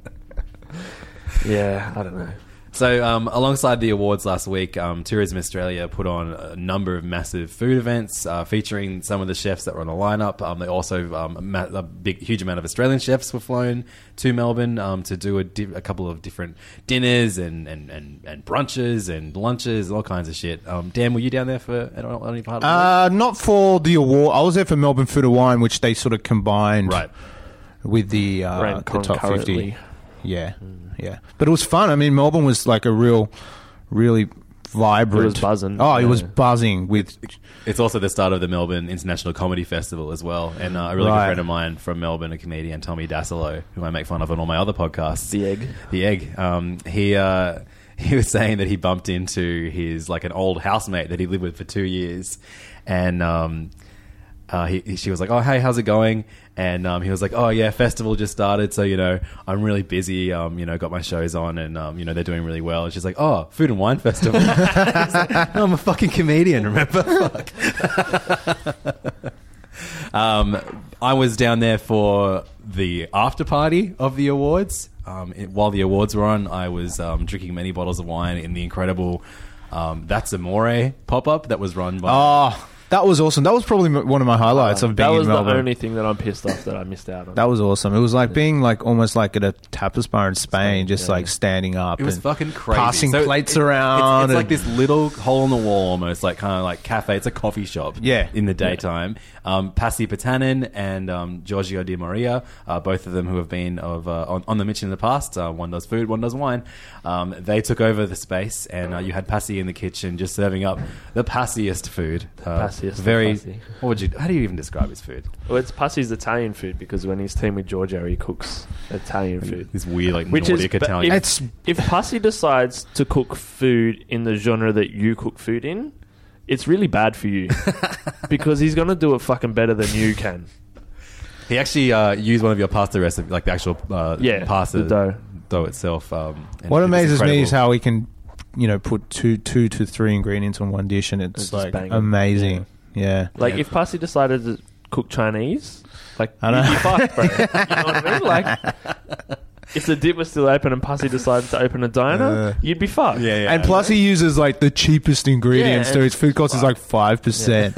Speaker 1: [LAUGHS]
Speaker 2: [LAUGHS] Yeah, I don't know.
Speaker 1: So, um, alongside the awards last week, um, Tourism Australia put on a number of massive food events uh, featuring some of the chefs that were on the lineup. Um, they also um, a, ma- a big, huge amount of Australian chefs were flown to Melbourne um, to do a, di- a couple of different dinners and, and, and, and brunches and lunches and all kinds of shit. Um, Dan, were you down there for I don't- any part of the week?
Speaker 3: [LAUGHS] uh, not for the award. I was there for Melbourne Food and Wine, which they sort of combined
Speaker 1: Right.
Speaker 3: with the,
Speaker 2: Ran
Speaker 3: uh, the top
Speaker 2: concurrently.
Speaker 3: fifty. Yeah, yeah. But it was fun. I mean, Melbourne was like a real, really vibrant.
Speaker 2: buzzing,
Speaker 3: Oh, it
Speaker 2: yeah.
Speaker 3: was buzzing with.
Speaker 1: It's also the start of the Melbourne International Comedy Festival as well. And uh, a really
Speaker 3: Right.
Speaker 1: good friend of mine from Melbourne, a comedian, Tommy Dasilo, who I make fun of on all my other podcasts.
Speaker 2: The egg.
Speaker 1: The egg. Um, he, uh, [LAUGHS] he was saying that he bumped into his, like, an old housemate that he lived with for two years. And um, uh, he, he- she was like, "Oh, hey, how's it going?" And um, he was like, "Oh, yeah, festival just started, so you know, I'm really busy. Um, you know, got my shows on, and um, you know, they're doing really well." And she's like, "Oh, food and wine festival." [LAUGHS] He's like, no, I'm a fucking comedian, remember? [LAUGHS] Fuck. um, I was down there for the after party of the awards. Um, it- while the awards were on, I was um, drinking many bottles of wine in the incredible. Um, That's Amore pop up that was run by.
Speaker 3: Oh, that was awesome. That was probably m- one of my highlights of being
Speaker 2: that was
Speaker 3: in
Speaker 2: the
Speaker 3: Melbourne.
Speaker 2: only thing that I'm pissed off that I missed out on.
Speaker 3: That was awesome. It was like being like almost like at a tapas bar in Spain, just
Speaker 2: yeah.
Speaker 3: like standing up.
Speaker 1: It was
Speaker 3: and
Speaker 1: fucking crazy.
Speaker 3: Passing
Speaker 1: So
Speaker 3: plates
Speaker 1: it-
Speaker 3: around.
Speaker 1: It's, it's like
Speaker 3: and-
Speaker 1: this little hole in the wall, almost like kind of like cafe. It's a coffee shop.
Speaker 3: Yeah.
Speaker 1: In the daytime, um, Pasi Patanin and um, Giorgio Di Maria, uh, both of them who have been of uh, on, on the Mitch in the past. Uh, one does food, one does wine. Um, they took over the space, and uh, you had Pasi in the kitchen just serving up the passiest food. Uh,
Speaker 2: passiest of
Speaker 1: Very.
Speaker 2: Pasi.
Speaker 1: What would you? How do you even describe his food?
Speaker 2: well, it's Pussy's Italian food because when he's teamed with Giorgio, he cooks Italian food.
Speaker 1: This weird, like
Speaker 2: Which is-
Speaker 1: Nordic
Speaker 2: but
Speaker 1: Italian.
Speaker 2: if-
Speaker 3: It's
Speaker 2: if Pussy decides to cook food in the genre that you cook food in, it's really bad
Speaker 1: [LAUGHS]
Speaker 2: for you because he's going to do it fucking better than you can.
Speaker 1: He actually uh, used one of your pasta recipes, like the actual uh,
Speaker 2: Yeah,
Speaker 1: pasta
Speaker 2: the dough.
Speaker 1: dough itself. Um, and
Speaker 3: what
Speaker 1: it was
Speaker 3: amazes me
Speaker 1: incredible.
Speaker 3: is how we can, you know, put two two to three ingredients on one dish, and it's,
Speaker 2: just
Speaker 3: like
Speaker 2: bang it.
Speaker 3: amazing. Yeah.
Speaker 2: Like, if Pussy decided to cook Chinese, like,
Speaker 3: I know.
Speaker 1: [LAUGHS]
Speaker 3: [LAUGHS]
Speaker 2: you, you fucked, bro. you know what I mean? Like, if the dip was still open and Pussy decided to open a diner,
Speaker 3: Uh.
Speaker 2: you'd be fucked.
Speaker 1: Yeah, yeah.
Speaker 3: and plus, he uses like the cheapest ingredients
Speaker 2: Yeah,
Speaker 3: too. His food cost is like five percent.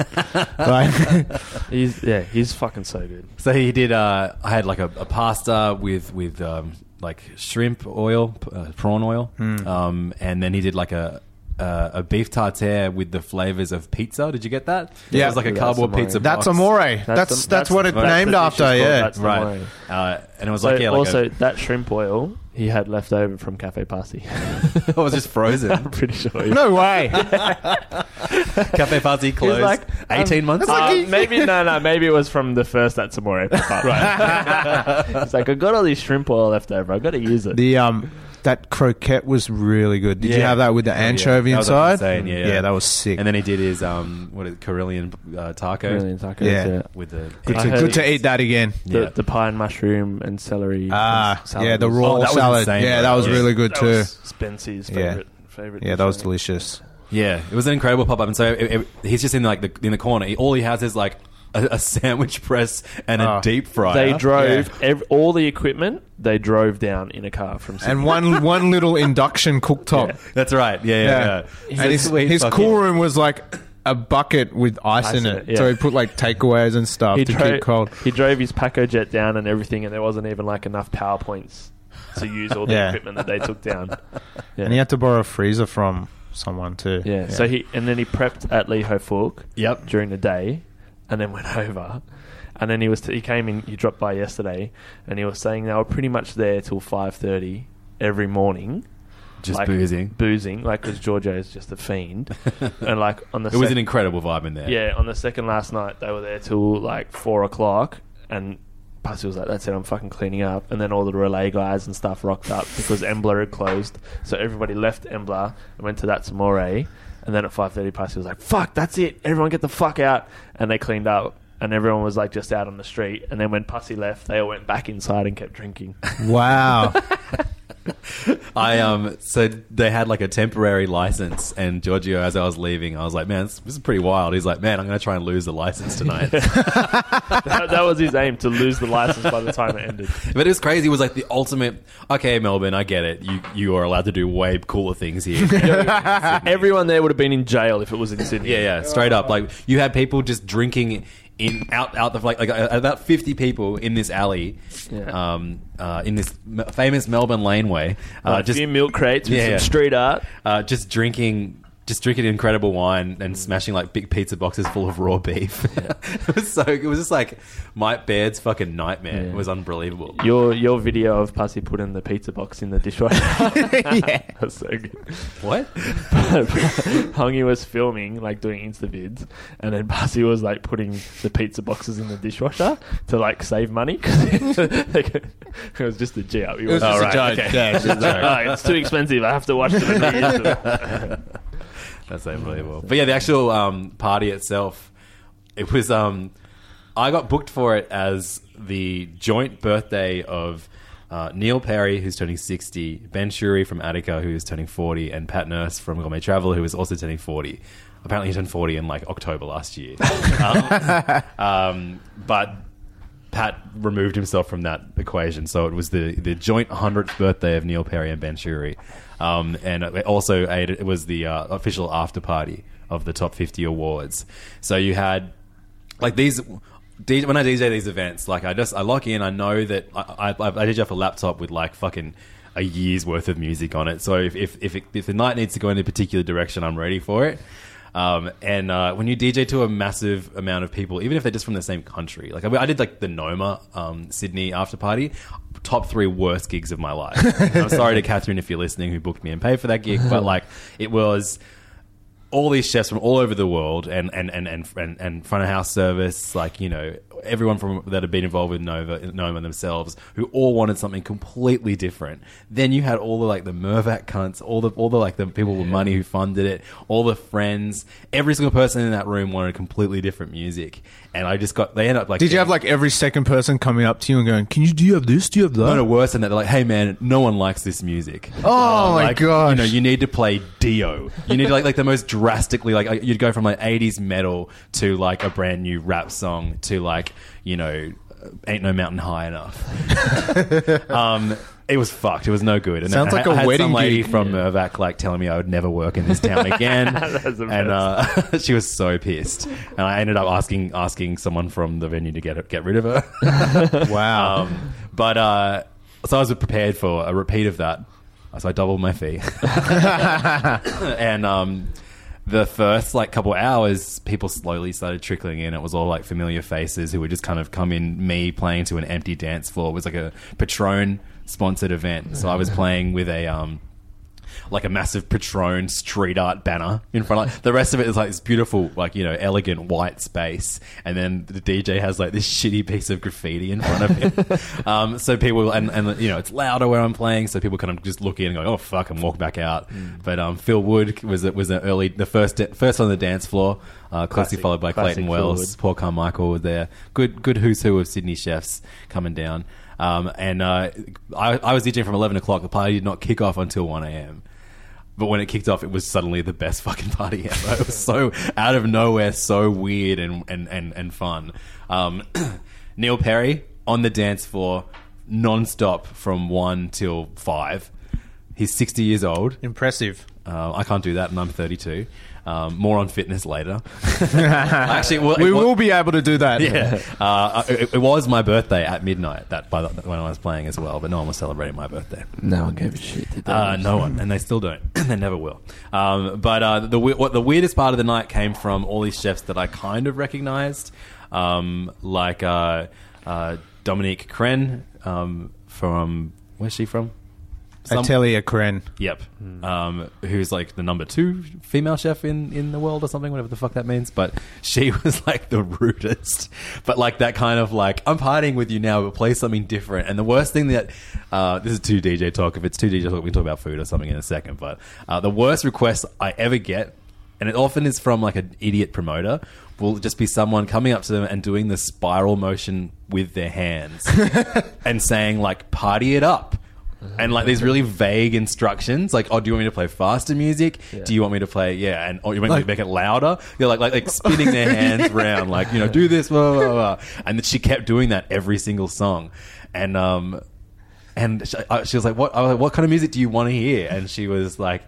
Speaker 3: like,
Speaker 2: He's yeah, he's fucking so good.
Speaker 1: So he did. Uh, I had like a, a pasta with with um, like shrimp oil, p- uh, prawn oil,
Speaker 3: Hmm.
Speaker 1: um, and then he did like a. Uh, a beef tartare with the flavors of pizza. Did you get that?
Speaker 3: Yeah.
Speaker 1: it was like a
Speaker 2: That's
Speaker 1: cardboard
Speaker 2: amazing.
Speaker 1: pizza.
Speaker 3: [LAUGHS] that's
Speaker 1: box.
Speaker 3: amore. That's that's,
Speaker 2: the-
Speaker 3: what it's
Speaker 2: the- that's
Speaker 3: named
Speaker 2: the dish
Speaker 3: after.
Speaker 2: it's called,
Speaker 3: Yeah.
Speaker 2: that's the
Speaker 1: right?
Speaker 2: wine.
Speaker 1: Uh, and it was
Speaker 2: So
Speaker 1: like yeah, like
Speaker 2: also
Speaker 1: also,
Speaker 2: that shrimp oil he had left over from Cafe Pussy.
Speaker 1: [LAUGHS]
Speaker 2: [LAUGHS]
Speaker 1: it was just frozen.
Speaker 2: I'm [LAUGHS] pretty sure. He
Speaker 3: No way. [LAUGHS]
Speaker 1: Cafe Fuzzy closed
Speaker 2: like,
Speaker 1: eighteen months.
Speaker 2: Uh,
Speaker 1: ago.
Speaker 2: maybe no, no. Maybe it was from the first that's more [LAUGHS] right. [LAUGHS] it's like I got all these shrimp oil left over. I got to use it.
Speaker 3: the um, that croquette was really good. Did you
Speaker 1: Yeah.
Speaker 3: have that with the
Speaker 1: Oh, yeah.
Speaker 3: anchovy
Speaker 1: That was
Speaker 3: inside?
Speaker 1: insane, yeah, yeah.
Speaker 3: that was sick.
Speaker 1: and then he did his um, what is it, Carillion uh, taco
Speaker 2: Brilliant tacos,
Speaker 3: Yeah.
Speaker 2: yeah.
Speaker 1: with the
Speaker 3: good,
Speaker 2: I
Speaker 3: to,
Speaker 2: heard
Speaker 3: good to
Speaker 1: it's-
Speaker 3: eat that again.
Speaker 2: The,
Speaker 1: Yeah.
Speaker 2: the pie and mushroom and celery.
Speaker 3: Ah,
Speaker 2: and salad
Speaker 3: yeah, the
Speaker 2: was-
Speaker 3: raw
Speaker 1: Oh, that was
Speaker 3: salad.
Speaker 1: insane,
Speaker 3: yeah,
Speaker 1: bro.
Speaker 3: that was
Speaker 1: Yeah.
Speaker 3: really good
Speaker 2: that
Speaker 3: too.
Speaker 2: was Spencer's
Speaker 3: Yeah.
Speaker 2: favorite. favorite
Speaker 3: yeah, that was
Speaker 2: dish, I think.
Speaker 3: delicious.
Speaker 1: Yeah, it was an incredible pop up, and so it, it- he's just in like the in the corner. He- all he has is like a, a sandwich press and a
Speaker 3: Oh.
Speaker 1: deep fryer.
Speaker 2: They drove ev- all the equipment. They drove down in a car from. Sydney.
Speaker 3: [LAUGHS] And one one little induction cooktop.
Speaker 1: That's right. Yeah, yeah. yeah.
Speaker 3: And his, his cool room was like a bucket with ice,
Speaker 2: Ice
Speaker 3: in
Speaker 2: in
Speaker 3: it.
Speaker 2: it,
Speaker 3: So
Speaker 2: yeah.
Speaker 3: he put like takeaways and stuff
Speaker 2: he
Speaker 3: to
Speaker 2: dro-
Speaker 3: keep cold.
Speaker 2: He drove his Paco jet down and everything, and there wasn't even like enough powerpoints to use all the
Speaker 3: Yeah.
Speaker 2: equipment that they took down. Yeah.
Speaker 3: And he had to borrow a freezer from someone too.
Speaker 2: Yeah. So he and then he prepped at Leho Fork.
Speaker 1: Yep.
Speaker 2: During the day, and then went [LAUGHS] over, and then he was he came in. He dropped by yesterday, and he was saying they were pretty much there till five thirty every morning,
Speaker 1: Just
Speaker 2: like,
Speaker 1: boozing.
Speaker 2: boozing, like because Giorgio is just
Speaker 1: [LAUGHS]
Speaker 2: a fiend, and like on the
Speaker 1: It was
Speaker 2: sec-
Speaker 1: an incredible vibe in there.
Speaker 2: yeah on the second last night they were there till like four o'clock, and. Pussy was like, that's it, I'm fucking cleaning up. And then all the relay guys and stuff rocked up because Embla had closed. So everybody left Embla and went to that Samore. And then at 5.30, Pussy was like, fuck, that's it. Everyone get the fuck out. And they cleaned up. And everyone was like just out on the street. And then when Pussy left, they all went back inside and kept drinking. [LAUGHS]
Speaker 3: Wow.
Speaker 1: I um. So they had like a temporary license, and Giorgio, as I was leaving, I was like, "Man, this, this is pretty wild." He's like, "Man, I'm going to try and lose the license tonight."
Speaker 2: that, that was his aim to lose the license by the time it ended.
Speaker 1: But it was crazy. It was like the ultimate. Okay, Melbourne, I get it. You you are allowed to do way cooler things here.
Speaker 2: [LAUGHS] Everyone there would have been in jail if it was in Sydney.
Speaker 1: Yeah, yeah, straight up. Like you had people just drinking in out out the like, like uh, about fifty people in this alley,
Speaker 2: Yeah.
Speaker 1: um, uh, in this m- famous Melbourne laneway, uh,
Speaker 2: Like a
Speaker 1: just
Speaker 2: few milk crates with
Speaker 1: Yeah,
Speaker 2: some
Speaker 1: yeah.
Speaker 2: street art.
Speaker 1: uh, just drinking. Just drinking incredible wine and smashing like big pizza boxes full of raw beef. [LAUGHS] it was so. It was just like Mike Baird's fucking nightmare. It was unbelievable.
Speaker 2: Your your video of Pussy putting the pizza box in the dishwasher. yeah. [LAUGHS] That's so good.
Speaker 1: [LAUGHS] What?
Speaker 2: Hongi was filming, like doing Insta vids, and then Pussy was like putting the pizza boxes in the dishwasher to like save money. [LAUGHS] 'cause it was just a G up. He
Speaker 3: was
Speaker 2: wasn't-
Speaker 3: just a joke. Yeah, it was just
Speaker 2: [LAUGHS]
Speaker 3: a joke.
Speaker 2: Oh, it's too expensive. I have to watch
Speaker 3: [LAUGHS]
Speaker 2: them. and reuse them.
Speaker 1: [LAUGHS] That's unbelievable. But yeah, the actual um, party itself, it was. Um, I got booked for it as the joint birthday of uh, Neil Perry, who's turning 60, Ben Shuri from Attica, who is turning 40, and Pat Nurse from Gourmet Traveler, who is also turning 40. Apparently, he turned 40 in like October last year. um, um, but Pat removed himself from that equation, so it was the, the joint hundredth birthday of Neil Perry and Ben Shuri, um, and it also aided- it was the uh, official after party of the top fifty awards. So you had like these D- when I DJ these events, like I just I lock in, I know that I I, I DJ off a laptop with like fucking a year's worth of music on it. So if if if, it, if the night needs to go in a particular direction, I'm ready for it. Um, and uh, when you DJ to a massive amount of people, even if they're just from the same country, like I, I did like the Noma um, Sydney after party, top three worst gigs of my life. I'm sorry to Catherine if you're listening, who booked me and paid for that gig, but like it was all these chefs from all over the world and and and and and, and front of house service, like you know everyone from that had been involved with Nova Noma themselves, who all wanted something completely different. Then you had all the like the Mervac cunts, all the all the like the people with money who funded it, all the friends, every single person in that room wanted completely different music, and I just got they end up like
Speaker 3: Did you
Speaker 1: getting-
Speaker 3: have like every second person coming up to you and going, Can you do you have this? Do you have that?
Speaker 1: no, no, worse than that. They're like, "Hey, man, no one likes this music."
Speaker 3: Oh, my
Speaker 1: like,
Speaker 3: gosh.
Speaker 1: You know, you need to play Dio. You need to, like like the most drastically like uh, you'd go from like '80s metal to like a brand new rap song to like you know uh, ain't no mountain high enough. [LAUGHS] um, it was fucked. It was no good. And
Speaker 3: Sounds
Speaker 1: I-
Speaker 3: like
Speaker 1: I
Speaker 3: a
Speaker 1: had
Speaker 3: wedding
Speaker 1: some lady
Speaker 3: gig.
Speaker 1: from Mervac like telling me I would never work in this
Speaker 2: [LAUGHS]
Speaker 1: town again.
Speaker 2: That's the
Speaker 1: and uh, [LAUGHS] she was so pissed. And I ended up asking asking someone from the venue to get get rid of her.
Speaker 2: [LAUGHS]
Speaker 3: Wow.
Speaker 1: Um, but uh, so I was prepared for a repeat of that. So I doubled my fee, [LAUGHS] and um, the first like couple hours, people slowly started trickling in. It was all like familiar faces who would just kind of come in. Me playing to an empty dance floor it was like a Patron sponsored event, so I was playing with a um, like a massive Patron street art banner in front of the rest of it is like this beautiful, like, you know, elegant white space. And then the DJ has like this [LAUGHS] shitty piece of graffiti in front of him.
Speaker 2: [LAUGHS]
Speaker 1: um, so people, and, and, you know, it's louder where I'm playing. So people kind of just look in and go, oh, fuck, and walk back out.
Speaker 2: Mm.
Speaker 1: But um, Phil Wood was was an early, the first first on the dance floor, uh, closely followed by
Speaker 2: Classic
Speaker 1: Clayton
Speaker 2: Phil
Speaker 1: Wells.
Speaker 2: Wood.
Speaker 1: Paul Carmichael were there. Good, good who's who of Sydney chefs coming down. Um, and uh, I, I was DJing from 11 o'clock. The party did not kick off until 1 a.m. But when it kicked off, it was suddenly the best fucking party ever. It was so out of nowhere, so weird and and and, and fun. Um, [CLEARS THROAT] Neil Perry on the dance floor non-stop from one till five. He's sixty years old.
Speaker 3: [LAUGHS] Impressive.
Speaker 1: Uh, I can't do that, and I'm 32. Um, more on fitness later. [LAUGHS] Actually, well,
Speaker 3: We
Speaker 1: it wa-
Speaker 3: will be able to do that.
Speaker 1: yeah. [LAUGHS] Uh, it, it was my birthday at midnight that by the, when I was playing as well, but no one was celebrating my birthday.
Speaker 4: No one gave a shit. Did they?
Speaker 1: Uh, no one, and they still don't. [CLEARS THROAT] they never will. Um, but uh, the we- what the weirdest part of the night came from all these chefs that I kind of recognized, um, like uh, uh, Dominique Kren um, from where's she from? Some-
Speaker 3: Atelier Kren.
Speaker 1: Yep. Um, who's like the number two female chef in, in the world or something, whatever the fuck that means. But she [LAUGHS] was like the rudest. But like that kind of like, I'm partying with you now, but play something different. And the worst thing that, uh, this is two DJ talk. If it's two DJ talk, we can talk about food or something in a second. But uh, the worst request I ever get, and it often is from like an idiot promoter, will just be someone coming up to them and doing the spiral motion with their hands and saying like, party it up and like these really vague instructions, like, "Oh, do you want me to play faster music? Do you want me to play yeah?" And oh, you want me to make it louder? They're like like like spinning their hands around, like you know, do this, blah blah blah. blah. And that she kept doing that every single song, and um, and she, I, she was like, "What? I was like, what kind of music do you want to hear?" And she was like,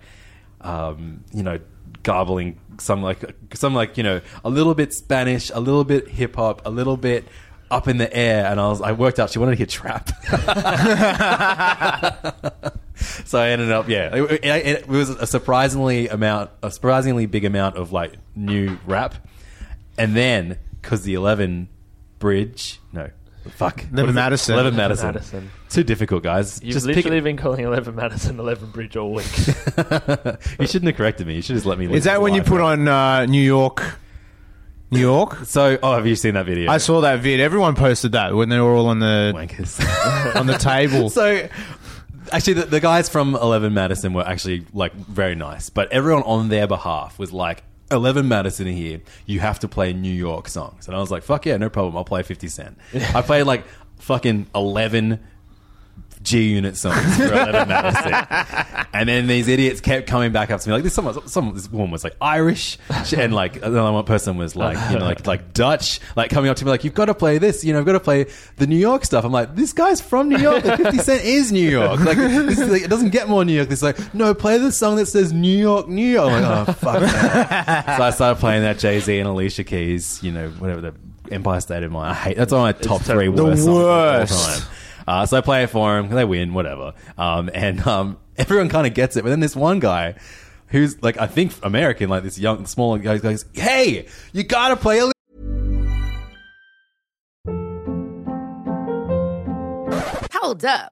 Speaker 1: um, you know, garbling some like some like you know a little bit Spanish, a little bit hip hop, a little bit. Up in the air, and I was. I worked out. She wanted to hear trap. [LAUGHS] So I ended up, yeah, it, it- it was a surprisingly amount, a surprisingly big amount of like new rap, and then because the Eleven Bridge, no, fuck,
Speaker 3: The
Speaker 1: What is it?
Speaker 3: Madison.
Speaker 1: Eleven Madison.
Speaker 2: Madison.
Speaker 1: too difficult, guys.
Speaker 2: You've
Speaker 1: Just pick
Speaker 2: literally
Speaker 1: it.
Speaker 2: been calling 11 Madison 11 Bridge all
Speaker 3: [LAUGHS]
Speaker 1: [LAUGHS]
Speaker 2: week.
Speaker 1: you shouldn't have corrected me. You should just let me. live
Speaker 3: Is that
Speaker 1: this
Speaker 3: when you
Speaker 1: life.
Speaker 3: put on uh, New York? New York?
Speaker 1: So, oh, have you seen that video?
Speaker 3: I saw that vid. Everyone posted that when they were all on the
Speaker 1: Wankers. [LAUGHS]
Speaker 3: [LAUGHS] on the table.
Speaker 1: So, actually, the, the guys from Eleven Madison were actually like very nice, but everyone on their behalf was like, Eleven Madison are here. You have to play New York songs, and I was like, fuck yeah, no problem. I'll play Fifty Cent. I played like fucking eleven. G Unit songs for Eleven Madison, and then these idiots kept coming back up to me like this. Someone, some this woman was like Irish, she- and like another one person was like you know like like Dutch, like coming up to me like you've got to play this, you know, I've got to play the New York stuff. I'm like this guy's from New York, like Fifty Cent is New York, like, this is like it doesn't get more New York. It's like no, play the song that says New York, New York. I'm like, oh fuck. that. so I started playing that Jay Z and Alicia Keys, you know, whatever the Empire State of Mind. I hate that's on my top three
Speaker 2: terrible.
Speaker 1: worst
Speaker 3: The
Speaker 1: songs of all
Speaker 3: worst.
Speaker 1: time. Uh, so I play it for him. They win, whatever. Um, and um, [LAUGHS] everyone kind of gets it. But then this one guy, who's like, I think American, like this young, small guy, goes, "Hey, you gotta play." Ali-"
Speaker 5: Hold up.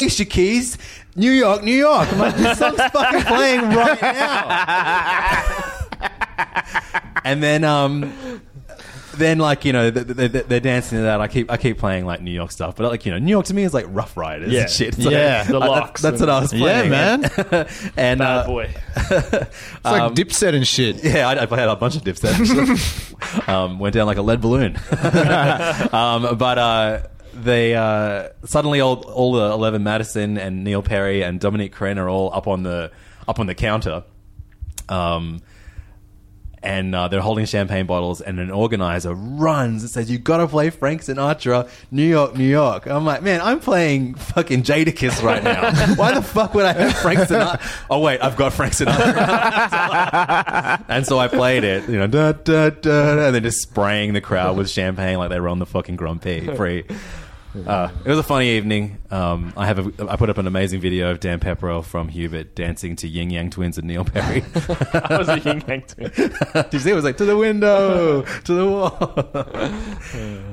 Speaker 1: Alicia Keys, New York, New York. I'm like, this
Speaker 2: [LAUGHS]
Speaker 1: song's fucking playing right now. and then, um, then like you know, they, they, they're dancing to that. I keep, I keep playing like New York stuff, but like you know, New York to me is like Rough Riders
Speaker 2: Yeah.
Speaker 1: and shit.
Speaker 2: Yeah. The
Speaker 1: I- that-
Speaker 2: Lox
Speaker 1: that's what I was
Speaker 3: Yeah,
Speaker 1: playing, [LAUGHS] and
Speaker 2: Bad
Speaker 1: uh,
Speaker 2: Oh, boy. [LAUGHS]
Speaker 3: It's like
Speaker 1: Um,
Speaker 3: Dipset and shit.
Speaker 1: [LAUGHS] Yeah, I, I played a bunch of dips there. [LAUGHS] um, went down like a lead balloon. [LAUGHS] um, but uh, they uh, suddenly all, all the Eleven Madison and Neil Perry and Dominic Crane are all up on the up on the counter. Um, and uh, they're holding champagne bottles, and an organizer runs and says, "You gotta play Frank Sinatra, New York, New York." I'm like, "Man, I'm playing fucking Jadakiss right now. Why the fuck would I have Frank Sinatra?" Oh wait, I've got Frank [LAUGHS] Sinatra. and so I played it, you know, da, da, da, da, and then just spraying the crowd with champagne like they were on the fucking Grand Prix. Free. Uh, it was a funny evening. Um, I have a, I put up an amazing video of Dan Pepperell from Hubert dancing to Ying Yang Twins and Neil Perry.
Speaker 2: I was a yin yang too.
Speaker 1: Did you see? It was like to the [LAUGHS] window, to the wall.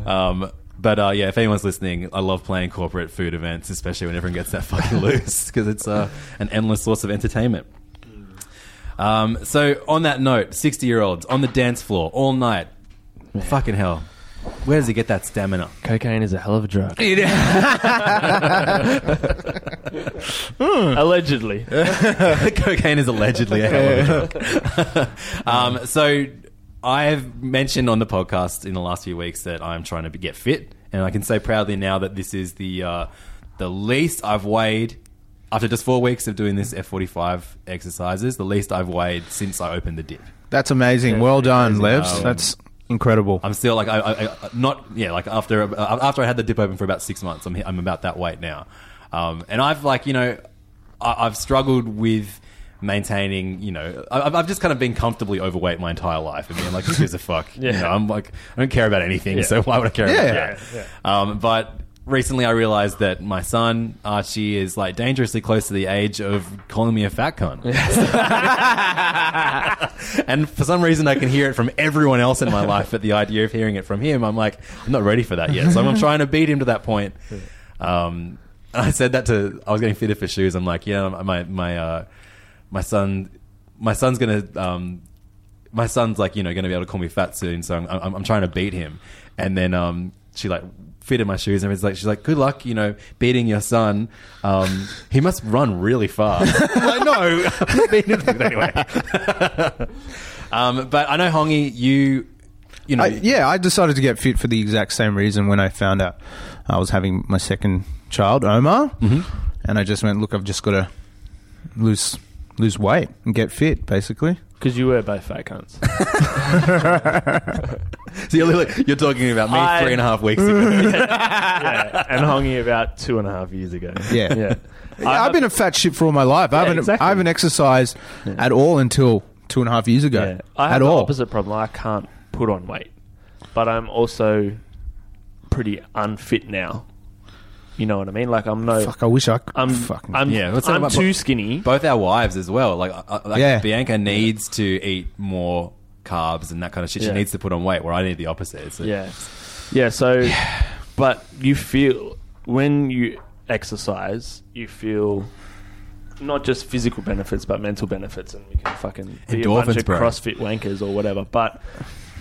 Speaker 1: [LAUGHS] um, but uh, yeah, if anyone's listening, I love playing corporate food events, especially when everyone gets that [LAUGHS] fucking loose because it's uh, an endless source of entertainment. Um, so on that note, sixty-year-olds on the dance floor all night, fucking hell. Where does he get that stamina?
Speaker 2: Cocaine is a hell of a drug. [LAUGHS] Hmm. Allegedly.
Speaker 1: [LAUGHS] Cocaine is allegedly a hell of a drug. [LAUGHS] um, so I've mentioned on the podcast in the last few weeks that I'm trying to be- get fit, and I can say proudly now that this is the uh, the least I've weighed after just four weeks of doing this F45 exercises. The least I've weighed since I opened the dip.
Speaker 3: That's amazing. well done, Levs.
Speaker 1: Um,
Speaker 3: That's incredible.
Speaker 1: I'm still like I, I, I not yeah like after uh, after I had the dip open for about six months, I'm I'm about that weight now, um, and I've like you know I, I've struggled with maintaining you know I, I've- I've just kind of been comfortably overweight my entire life and being like who gives a fuck
Speaker 3: [LAUGHS]
Speaker 1: yeah. you know, I'm like I don't care about anything so why would I care
Speaker 3: Yeah.
Speaker 1: about that Um, but recently I realized that my son Archie is like dangerously close to the age of calling me a fat
Speaker 3: [LAUGHS]
Speaker 1: cunt [LAUGHS] and for some reason, I can hear it from everyone else in my life. But the idea of hearing it from him, I'm like, I'm not ready for that yet. So I'm trying to beat him to that point. Um, and I said that to, I was getting fitted for shoes. I'm like, yeah, my my uh, my son, my son's gonna, um, my son's like, you know, gonna be able to call me fat soon. So I'm, I'm, I'm trying to beat him. And then um, she like fitted my shoes and it's like she's like good luck you know beating your son um he must run really
Speaker 3: [LAUGHS]
Speaker 1: fast I'm like no [LAUGHS] I'm not beating him anyway [LAUGHS] um, but I know Hongi, you, you [LAUGHS] know,
Speaker 3: I, yeah, I decided to get fit for the exact same reason when I found out I was having my second child, Omar,
Speaker 2: Mm-hmm.
Speaker 3: and I just went, look, I've just got to lose lose weight and get fit, basically.
Speaker 2: Because you were both fat [LAUGHS] cunts.
Speaker 1: so you're, like- you're talking about me
Speaker 2: I-
Speaker 1: three and a half weeks
Speaker 2: [LAUGHS]
Speaker 1: ago.
Speaker 2: yeah. And hongy about two and a half years ago.
Speaker 3: Yeah.
Speaker 2: [LAUGHS] Yeah.
Speaker 3: I, have been a fat shit for all my life. I haven't
Speaker 2: exactly.
Speaker 3: I haven't exercised at all until two and a half years ago.
Speaker 2: Yeah. I have
Speaker 3: at
Speaker 2: the
Speaker 3: all.
Speaker 2: opposite problem. I can't put on weight, but I'm also pretty unfit now. You know what I mean? Like I'm no.
Speaker 3: Fuck, I wish I could.
Speaker 2: I'm.
Speaker 3: fucking.
Speaker 2: I'm.
Speaker 1: Yeah, what's that
Speaker 2: I'm
Speaker 1: about-
Speaker 2: too skinny.
Speaker 1: Both our wives as well. Like, uh, like
Speaker 3: Yeah.
Speaker 1: Bianca needs to eat more carbs and that kind of shit.
Speaker 2: Yeah.
Speaker 1: She needs to put on weight, where I need the opposite. It's like-
Speaker 2: Yeah. Yeah, so but you feel when you exercise, you feel not just physical benefits but mental benefits and you can fucking be a bunch
Speaker 1: Endorphins,
Speaker 2: of
Speaker 1: bro.
Speaker 2: CrossFit wankers or whatever. But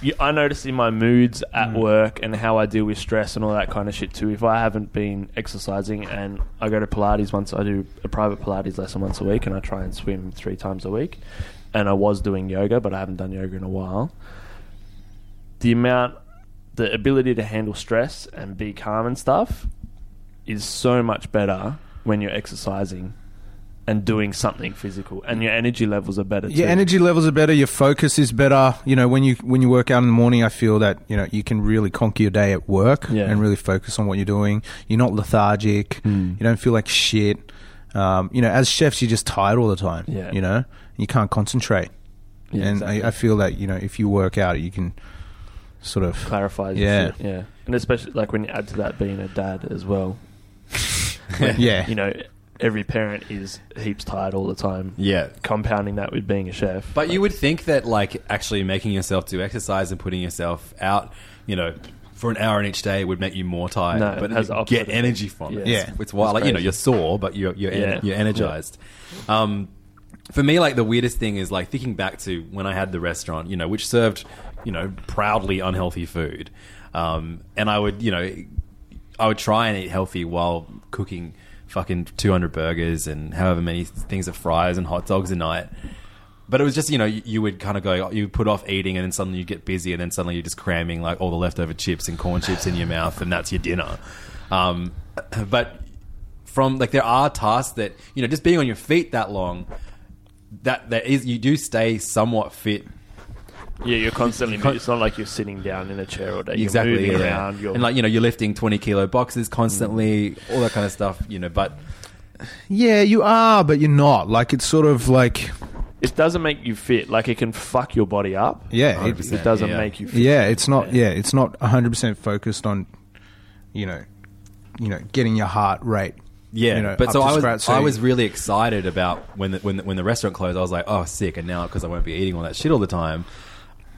Speaker 2: you, I notice in my moods at work and how I deal with stress and all that kind of shit too. If I haven't been exercising and I go to Pilates once, I do a private Pilates lesson once a week and I try and swim three times a week. and I was doing yoga, but I haven't done yoga in a while. The amount, the ability to handle stress and be calm and stuff is so much better when you're exercising and doing something physical, and your energy levels are better.
Speaker 3: Your
Speaker 2: too.
Speaker 3: energy levels are better. Your focus is better. You know, when you when you work out in the morning, I feel that you know you can really conquer your day at work
Speaker 2: Yeah.
Speaker 3: and really focus on what you're doing. You're not lethargic.
Speaker 2: Hmm.
Speaker 3: You don't feel like shit. Um, you know, as chefs, you're just tired all the time.
Speaker 2: Yeah.
Speaker 3: You know, you can't concentrate.
Speaker 2: Yeah,
Speaker 3: and
Speaker 2: exactly.
Speaker 3: I, I feel that you know if you work out, you can sort of
Speaker 2: clarifies.
Speaker 3: Yeah.
Speaker 2: Yeah, yeah, and especially like when you add to that being a dad as well.
Speaker 3: [LAUGHS]
Speaker 1: Eh.
Speaker 3: yeah.
Speaker 2: [LAUGHS] You know, every parent is heaps tired all the time.
Speaker 1: Yeah.
Speaker 2: compounding that with being a chef.
Speaker 1: But you would think that like actually making yourself do exercise and putting yourself out, you know, for an hour in each day would make you more tired.
Speaker 2: No, it
Speaker 1: but you
Speaker 2: has the opposite
Speaker 1: get
Speaker 2: effect.
Speaker 1: energy from it.
Speaker 3: Yeah.
Speaker 1: It's- it's wild. like you know,
Speaker 2: crazy.
Speaker 1: you're sore, but you're you're, en-
Speaker 2: Yeah.
Speaker 1: you're energized. Um, for me, like the weirdest thing is like thinking back to when I had the restaurant, you know, which served, you know, proudly unhealthy food, um, and I would, you know, I would try and eat healthy while cooking fucking 200 burgers and however many things of fries and hot dogs a night. But it was just, you know, you, you would kind of go, you would put off eating and then suddenly you get busy and then suddenly you're just cramming like all the leftover chips and corn chips in your mouth and that's your dinner. Um, [CLEARS THROAT] but from like, there are tasks that, you know, just being on your feet that long, that, that is, you do stay somewhat fit
Speaker 2: yeah, you're constantly. moving. It's not like you're sitting down in a chair all day.
Speaker 1: exactly
Speaker 2: you're moving
Speaker 1: yeah.
Speaker 2: around. You're,
Speaker 1: and like you know you're lifting 20 kilo boxes constantly all that kind of stuff you know but
Speaker 3: Yeah, you are, but you're not. Like it's sort of like
Speaker 2: it doesn't make you fit. Like it can fuck your body up.
Speaker 3: yeah, it,
Speaker 1: 100%.
Speaker 2: It doesn't
Speaker 1: Yeah.
Speaker 2: make you fit.
Speaker 3: yeah. It's not yeah, it's not 100 percent focused on, you know, you know, getting your heart rate.
Speaker 1: yeah
Speaker 3: you know,
Speaker 1: but
Speaker 3: up
Speaker 1: so
Speaker 3: to
Speaker 1: i was
Speaker 3: scratch, so
Speaker 1: i
Speaker 3: you-
Speaker 1: was really excited about when the, when the, when the restaurant closed i was like oh sick and now because i won't be eating all that shit all the time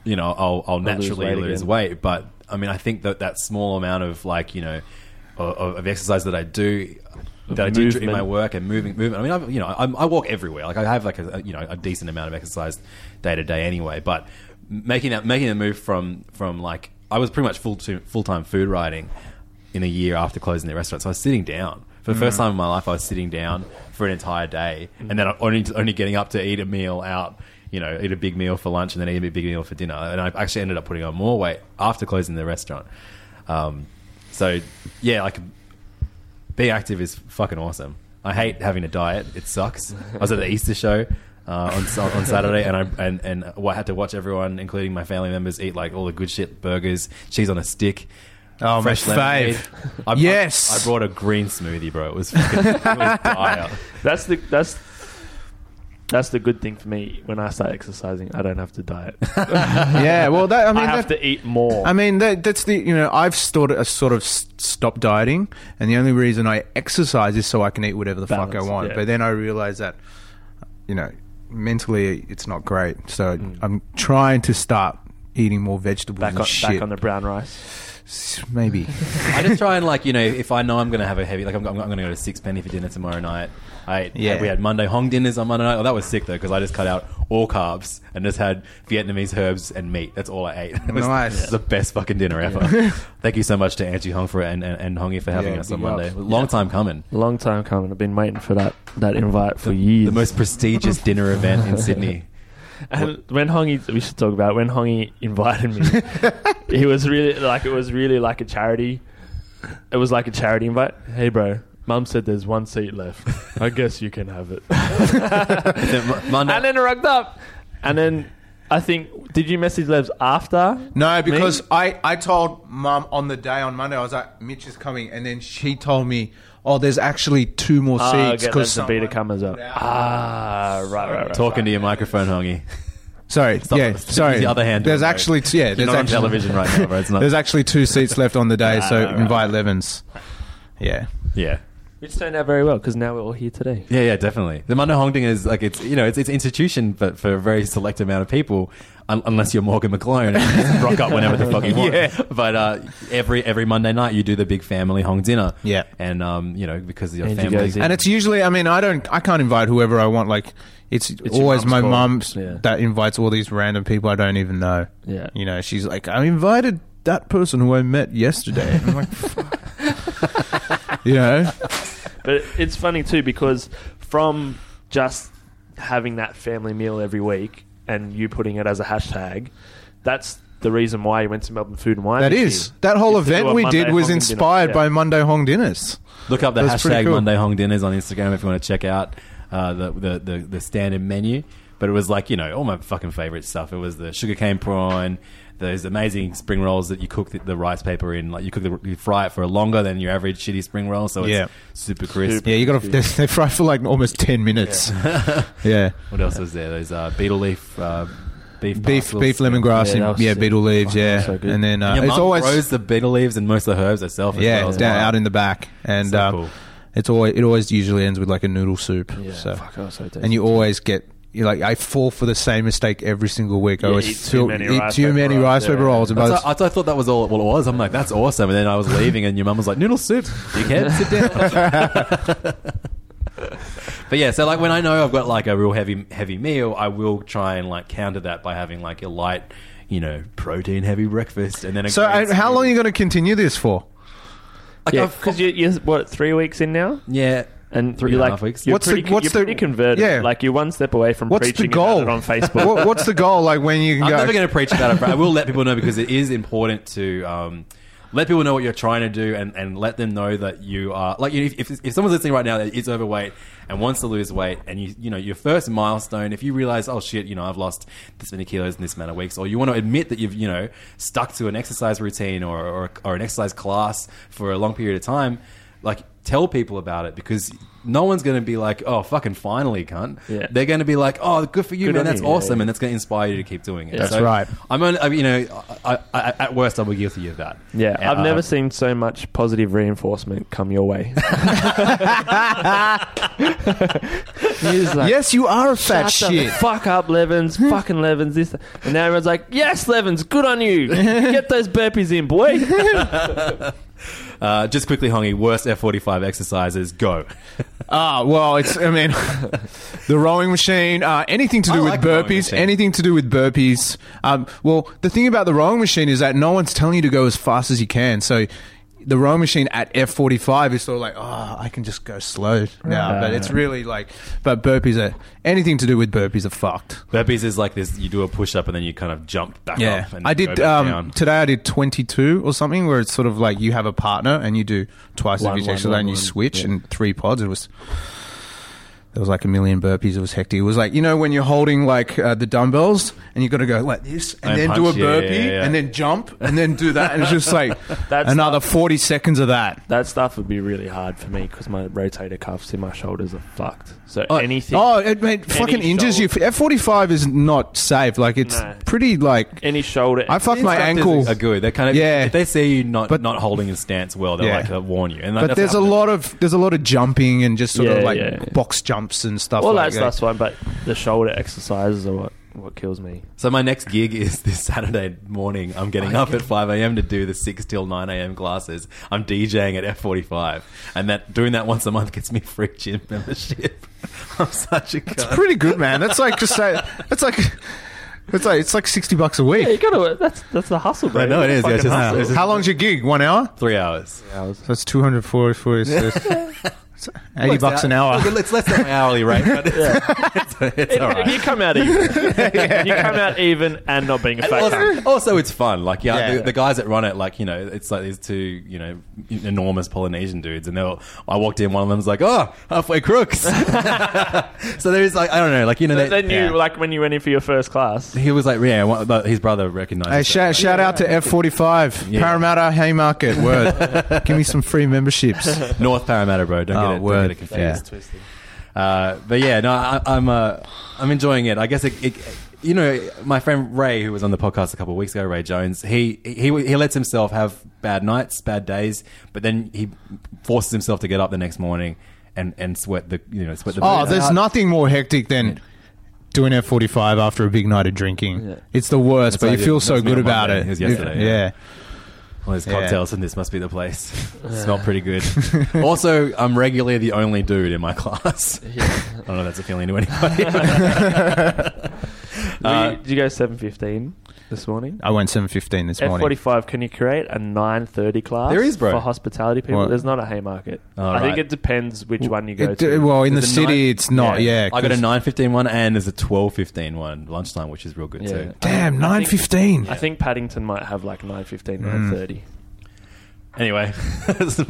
Speaker 1: you know i'll, I'll naturally
Speaker 2: weight
Speaker 1: lose,
Speaker 2: again.
Speaker 1: weight but i mean i think that that small amount of like you know of, of exercise that i do that I do in
Speaker 2: movement.
Speaker 1: my work and moving, movement. I mean, I've, you know, I'm, I walk everywhere. Like I have like a you know a decent amount of exercise day to day anyway. But making that making the move from from like I was pretty much full full time food writing in a year after closing the restaurant. So I was sitting down for the first time in my life. I was sitting down for an entire day, and then I- only only getting up to eat a meal out. You know, eat a big meal for lunch and then eat a big meal for dinner. And I actually ended up putting on more weight after closing the restaurant. Um, so yeah, like being active is fucking awesome. I hate having a diet; it sucks. I was at the Easter show uh, on Sa- on Saturday, and I and and I had to watch everyone, including my family members, eat like all the good shit burgers, cheese on a stick.
Speaker 3: Oh, my
Speaker 1: lemonade.
Speaker 3: fave.
Speaker 1: I, brought-
Speaker 3: Yes.
Speaker 1: I brought a green smoothie, bro. It was fucking it was dire.
Speaker 2: That's the that's that's the good thing for me. When I start exercising, I don't have to
Speaker 3: [LAUGHS]
Speaker 2: diet.
Speaker 3: [LAUGHS] yeah, well, that I mean,
Speaker 2: I
Speaker 3: that,
Speaker 2: have to eat more.
Speaker 3: I mean, that, that's the you know I've sort of, sort of s- stopped dieting, and the only reason I exercise is so I can eat whatever the fuck
Speaker 2: Balance,
Speaker 3: I want.
Speaker 2: yeah.
Speaker 3: But then I realize that you know mentally it's not great, so I'm trying to start eating more vegetables
Speaker 2: back
Speaker 3: and
Speaker 2: on
Speaker 3: shit.
Speaker 2: back on the brown rice.
Speaker 3: Maybe
Speaker 1: I just try and like you know if I know I'm gonna have a heavy like I'm, I'm gonna go to six penny for dinner tomorrow night. I ate-
Speaker 3: Yeah.
Speaker 1: we had Monday Hong dinners on Monday night. Oh, that was sick though because I just cut out all carbs and just had Vietnamese herbs and meat. That's all I ate. [LAUGHS] It was
Speaker 3: Nice.
Speaker 1: the best fucking dinner ever.
Speaker 3: [LAUGHS]
Speaker 1: Thank you so much to Angie Hong for it and, and, and Hongi for having
Speaker 3: Yeah,
Speaker 1: us on
Speaker 3: big ups.
Speaker 1: Monday. Long time coming.
Speaker 2: Long time coming. I've been waiting for that that invite for years.
Speaker 1: The most prestigious dinner event in
Speaker 3: [LAUGHS]
Speaker 1: Sydney. [LAUGHS]
Speaker 2: And when Hongi, we should talk about it. when Hongi invited
Speaker 3: [LAUGHS]
Speaker 2: me. he was really like it was really like a charity. It was like a charity invite. Hey, bro, Mum said there's one seat left. I guess you can have it.
Speaker 3: [LAUGHS]
Speaker 1: Then Mo- Monday.
Speaker 2: and then I rugged up. And then I think did you message Levs after?
Speaker 3: no, because
Speaker 2: Me?
Speaker 3: I I told mum on the day on Monday I was like Mitch is coming, and then she told me. Oh, there's actually two more
Speaker 2: Ah,
Speaker 3: seats
Speaker 2: get
Speaker 3: because
Speaker 2: them to be to come as well. Ah, right, right, right.
Speaker 1: Talking to your microphone, Hongi.
Speaker 3: Sorry, yeah,
Speaker 1: Use
Speaker 3: sorry.
Speaker 1: The other hand.
Speaker 3: there's
Speaker 1: bro.
Speaker 3: actually t- yeah,
Speaker 1: You're
Speaker 3: there's
Speaker 1: not on
Speaker 3: actually
Speaker 1: television right now, bro.
Speaker 3: [LAUGHS]
Speaker 1: It's not. Ah,
Speaker 3: There's actually two seats left on the day, so invite Levens. Yeah.
Speaker 1: yeah.
Speaker 2: Which turned out very well because now we're all here today.
Speaker 1: Yeah, yeah, definitely. The Mano Hongding is like it's you know it's it's institution, but for a very select amount of people, un- unless you're Morgan McClone and you just rock up whenever the fuck you want. But uh, every every Monday night you do the big family Hong dinner.
Speaker 3: Yeah.
Speaker 1: and um, you know because your
Speaker 2: Angie
Speaker 1: family.
Speaker 2: goes in.
Speaker 3: And it's usually I mean, I don't I can't invite whoever I want, like it's,
Speaker 2: your
Speaker 3: always
Speaker 2: mum's
Speaker 3: my
Speaker 2: call.
Speaker 3: mum's
Speaker 2: Yeah.
Speaker 3: that invites all these random people I don't even know.
Speaker 2: Yeah.
Speaker 3: You know, she's like, I invited that person who I met yesterday. I'm like,
Speaker 2: [LAUGHS]
Speaker 3: fuck. you know?
Speaker 2: But it's funny too because from just having that family meal every week, and you putting it as a hashtag, that's the reason why you went to Melbourne Food and Wine.
Speaker 3: That
Speaker 2: this
Speaker 3: is.
Speaker 2: year.
Speaker 3: That whole
Speaker 2: Is to do
Speaker 3: event
Speaker 2: a
Speaker 3: we
Speaker 2: Monday
Speaker 3: did was
Speaker 2: Hong Kong dinner.
Speaker 3: inspired
Speaker 2: Yeah.
Speaker 3: by Monday Hong Dinners.
Speaker 1: Look up the
Speaker 3: That's pretty
Speaker 1: hashtag
Speaker 3: cool.
Speaker 1: Monday Hong Dinners on Instagram if you want to check out uh, the, the, the, the standard menu. But it was like, you know, all my fucking favorite stuff. It was the sugarcane prawn, those amazing spring rolls that you cook the, the rice paper in. Like, you cook the, you fry it for longer than your average shitty spring roll. So it's
Speaker 3: Yeah.
Speaker 1: super crisp.
Speaker 3: Yeah, you got to. They, [LAUGHS] they fry for like almost ten minutes. [LAUGHS] Yeah,
Speaker 1: What else was there? Those uh, beetle leaf uh, beef
Speaker 3: beef,
Speaker 1: parcels.
Speaker 3: beef, lemongrass,
Speaker 2: Yeah, that
Speaker 3: and
Speaker 2: was
Speaker 3: yeah,
Speaker 2: sick.
Speaker 3: beetle leaves.
Speaker 2: Fucking
Speaker 3: Yeah,
Speaker 2: so good.
Speaker 3: and then uh,
Speaker 1: Your
Speaker 3: it's
Speaker 1: mum
Speaker 3: always
Speaker 1: grows the beetle leaves and most of the herbs herself. as
Speaker 3: yeah
Speaker 1: well as
Speaker 3: down,
Speaker 1: mine.
Speaker 3: out in the back, and
Speaker 1: So
Speaker 3: uh,
Speaker 1: cool.
Speaker 3: it's always it always usually ends with like a noodle soup.
Speaker 2: Yeah,
Speaker 3: so.
Speaker 2: fuck, I was so tasty.
Speaker 3: and you always get. You like I fall for the same mistake every single week. I
Speaker 2: Yeah,
Speaker 3: always
Speaker 2: eat too
Speaker 3: feel-
Speaker 2: many
Speaker 3: eat
Speaker 2: rice
Speaker 3: too
Speaker 2: paper
Speaker 3: many
Speaker 2: rolls,
Speaker 3: rice
Speaker 2: yeah.
Speaker 3: paper rolls. and by
Speaker 1: That's-
Speaker 3: the
Speaker 1: I, I thought that was all, all it was. I'm like, that's awesome. And then I was leaving, and your mum was like, noodle soup. You can sit down. [LAUGHS] but yeah, so like when I know I've got like a real heavy heavy meal, I will try and like counter that by having like a light, you know, protein heavy breakfast, and then a
Speaker 3: so,
Speaker 1: great
Speaker 3: uh, how long are you going to continue this for?
Speaker 1: Like,
Speaker 2: Yeah,
Speaker 1: I've-
Speaker 2: because you, you're what three weeks in now,
Speaker 1: yeah.
Speaker 2: and
Speaker 1: Three
Speaker 2: you're
Speaker 1: and a
Speaker 2: like,
Speaker 1: half weeks.
Speaker 2: You're
Speaker 3: What's the-
Speaker 2: pretty,
Speaker 3: what's
Speaker 2: you're
Speaker 3: the-
Speaker 2: pretty converted.
Speaker 3: yeah.
Speaker 2: Like you're one step away from
Speaker 3: What's the
Speaker 2: preaching
Speaker 3: goal [LAUGHS]
Speaker 2: about it on Facebook.
Speaker 3: What- what's the goal? Like when you can
Speaker 1: I'm
Speaker 3: go?
Speaker 1: never going to preach about it, but I will let people know because it is important to um, let people know what you're trying to do and, and let them know that you are like you know, if, if, if someone's listening right now that is overweight and wants to lose weight and you you know your first milestone if you realize oh shit you know I've lost this many kilos in this amount of weeks or you want to admit that you've you know stuck to an exercise routine or or, or an exercise class for a long period of time like tell people about it because no one's going to be like oh fucking finally cunt
Speaker 2: Yeah.
Speaker 1: they're going to be like oh good for you
Speaker 2: Good
Speaker 1: man
Speaker 2: on
Speaker 1: that's
Speaker 2: you. Yeah,
Speaker 1: awesome
Speaker 2: yeah.
Speaker 1: and that's going to inspire you to keep doing it
Speaker 2: That's
Speaker 1: so
Speaker 3: right.
Speaker 1: I'm only, I mean, you know, I, I, I, at worst, I'm guilty of that.
Speaker 2: Yeah, I've
Speaker 1: Uh,
Speaker 2: never seen so much positive reinforcement come your
Speaker 3: [LAUGHS]
Speaker 2: way. He's like,
Speaker 3: [LAUGHS] yes, you are a fat
Speaker 2: "Shut the
Speaker 3: shit.
Speaker 2: fuck up, Levens.
Speaker 3: [LAUGHS]
Speaker 2: Fucking Levens. This and now everyone's like, "Yes, Levens, good on you. Get those burpees in,
Speaker 3: [LAUGHS]
Speaker 2: boy."
Speaker 1: Uh, just quickly, Hongi, worst F45 exercises,
Speaker 2: [LAUGHS]
Speaker 1: go.
Speaker 3: Ah, well, it's, I mean, [LAUGHS] the rowing machine, uh, anything to do
Speaker 1: I
Speaker 3: with
Speaker 1: like the rowing
Speaker 3: burpees,
Speaker 1: machine.
Speaker 3: anything to do with burpees. Um, well, the thing about the rowing machine is that no one's telling you to go as fast as you can. So the rowing machine at F45 is sort of like, oh, I can just go slow now. But it's really like, but burpees are, anything to do with burpees are fucked.
Speaker 1: Burpees is like this you do a push up and then you kind of jump back up. And
Speaker 3: I
Speaker 1: go
Speaker 3: did,
Speaker 1: back
Speaker 3: um,
Speaker 1: down.
Speaker 3: today I did 22 or something where it's sort of like you have a partner and you do twice
Speaker 2: One,
Speaker 3: of each
Speaker 2: one,
Speaker 3: exercise
Speaker 2: one,
Speaker 3: and you
Speaker 2: one.
Speaker 3: switch and three pods. It was, There was like a million burpees. It was hectic. It was like you know when you're holding like uh, the dumbbells and you got to go like this and,
Speaker 1: And
Speaker 3: then do a
Speaker 1: punch, yeah,
Speaker 3: burpee
Speaker 1: yeah, yeah.
Speaker 3: and then jump and then do that and it's
Speaker 1: [LAUGHS]
Speaker 3: just like
Speaker 2: That's
Speaker 3: another 40 seconds of that.
Speaker 2: that stuff would be really hard for me because my rotator cuffs in my shoulders are fucked. So anything,
Speaker 3: Oh, it mate, fucking injures you. F45 is not safe. Like it's
Speaker 2: No.
Speaker 3: pretty like
Speaker 2: any shoulder.
Speaker 3: I fucked my
Speaker 1: Instructors
Speaker 3: ankle.
Speaker 1: Are good. They kind of
Speaker 3: Yeah.
Speaker 1: If they see you not
Speaker 3: But-
Speaker 1: not holding a stance well, they'll
Speaker 3: Yeah.
Speaker 1: like uh, warn you. And like,
Speaker 3: But
Speaker 1: that's
Speaker 3: there's a
Speaker 1: happened.
Speaker 3: lot of there's a lot of jumping and just sort
Speaker 2: Yeah,
Speaker 3: of like
Speaker 2: yeah, yeah.
Speaker 3: box jumps and stuff.
Speaker 2: all
Speaker 3: like
Speaker 2: that stuff's fine, but the shoulder exercises are what what kills me.
Speaker 1: So my next gig is [LAUGHS] this Saturday morning. I'm getting up at 5 a.m. to do the 6 till 9 a.m. classes. I'm DJing at F45, and that doing that once a month gets me free gym membership. [LAUGHS] I'm such a
Speaker 3: It's
Speaker 1: cunt.
Speaker 3: pretty good, man. That's like just say that's like it's like it's like sixty bucks a week.
Speaker 2: Yeah, [LAUGHS] you gotta. That's that's the hustle, bro.
Speaker 1: I know it is. Yeah, it's
Speaker 2: Fucking
Speaker 1: just-
Speaker 2: hustle.
Speaker 1: it's just
Speaker 3: How long's your gig? One hour?
Speaker 1: three hours.
Speaker 3: That's 240 for Eighty
Speaker 1: Works
Speaker 3: bucks
Speaker 1: out.
Speaker 3: an hour.
Speaker 1: Look, it's less than my hourly [LAUGHS] rate, but it's, it's, it's all
Speaker 2: You
Speaker 1: right.
Speaker 2: come
Speaker 1: [LAUGHS]
Speaker 2: out even. [LAUGHS] You come out even and not being a
Speaker 1: And
Speaker 2: fat cunt.
Speaker 1: also, also, it's fun. Like, yeah,
Speaker 3: Yeah.
Speaker 1: The, the guys that run it, like, you know, it's like these two, you know, enormous Polynesian dudes, and they were, I walked in, one of them was like, "Oh, halfway crooks." [LAUGHS] so there's like, I don't know, like, you know, they,
Speaker 2: Then you
Speaker 1: yeah.
Speaker 2: like when you went in for your first class.
Speaker 1: He was like, yeah, one- but his brother recognized.
Speaker 3: Hey, shout, shout out to F45,
Speaker 1: Yeah.
Speaker 3: Parramatta, Haymarket, word. Give me some free memberships.
Speaker 1: North Parramatta, bro. Don't,
Speaker 3: Oh,
Speaker 1: get, it,
Speaker 3: word.
Speaker 1: don't get it confused. Uh, but yeah, no, I, I'm uh, I'm enjoying it. I guess it, it, you know, my friend Ray, who was on the podcast a couple of weeks ago, Ray Jones, he he he lets himself have bad nights, bad days, but then he forces himself to get up the next morning and and sweat the you know sweat the.
Speaker 3: Oh,
Speaker 1: boots
Speaker 3: there's
Speaker 1: out.
Speaker 3: nothing more hectic than doing F45 after a big night of drinking. It's the worst,
Speaker 1: That's
Speaker 3: but
Speaker 1: what I
Speaker 3: you
Speaker 1: did.
Speaker 3: feel
Speaker 1: That's
Speaker 3: so
Speaker 1: me
Speaker 3: good
Speaker 1: on
Speaker 3: about
Speaker 1: Monday.
Speaker 3: it.
Speaker 1: It was yesterday,
Speaker 3: Yeah.
Speaker 1: yeah. All these
Speaker 3: Yeah.
Speaker 1: cocktails and this must be the place. [LAUGHS] Smell pretty
Speaker 3: [LAUGHS]
Speaker 1: good. also, I'm regularly the only dude in my [LAUGHS] class. I don't
Speaker 3: [LAUGHS]
Speaker 1: know if that's appealing to anybody. Uh,
Speaker 2: Were you- did you go seven fifteen? this morning.
Speaker 1: Oh,
Speaker 3: I went seven fifteen this
Speaker 2: F
Speaker 3: morning.
Speaker 2: forty five. Can you create a nine thirty class?
Speaker 1: There is, bro.
Speaker 2: for hospitality people.
Speaker 3: What?
Speaker 2: There's not a Haymarket.
Speaker 1: All
Speaker 2: I think
Speaker 1: right.
Speaker 2: it depends which one you go
Speaker 3: It-
Speaker 2: to.
Speaker 3: well, in the
Speaker 1: Is it
Speaker 3: city,
Speaker 1: nine?
Speaker 3: it's not.
Speaker 2: Yeah.
Speaker 3: Yeah,
Speaker 1: I got a
Speaker 3: 'cause-
Speaker 1: 9.15 one and there's a 12.15 one lunchtime, which is real good
Speaker 2: Yeah.
Speaker 1: too.
Speaker 3: Damn,
Speaker 2: I
Speaker 3: nine
Speaker 2: think-
Speaker 3: fifteen.
Speaker 2: I think Paddington might have like
Speaker 1: Mm.
Speaker 2: 9.15,
Speaker 1: [LAUGHS]
Speaker 2: 9.30.
Speaker 1: Anyway, [LAUGHS]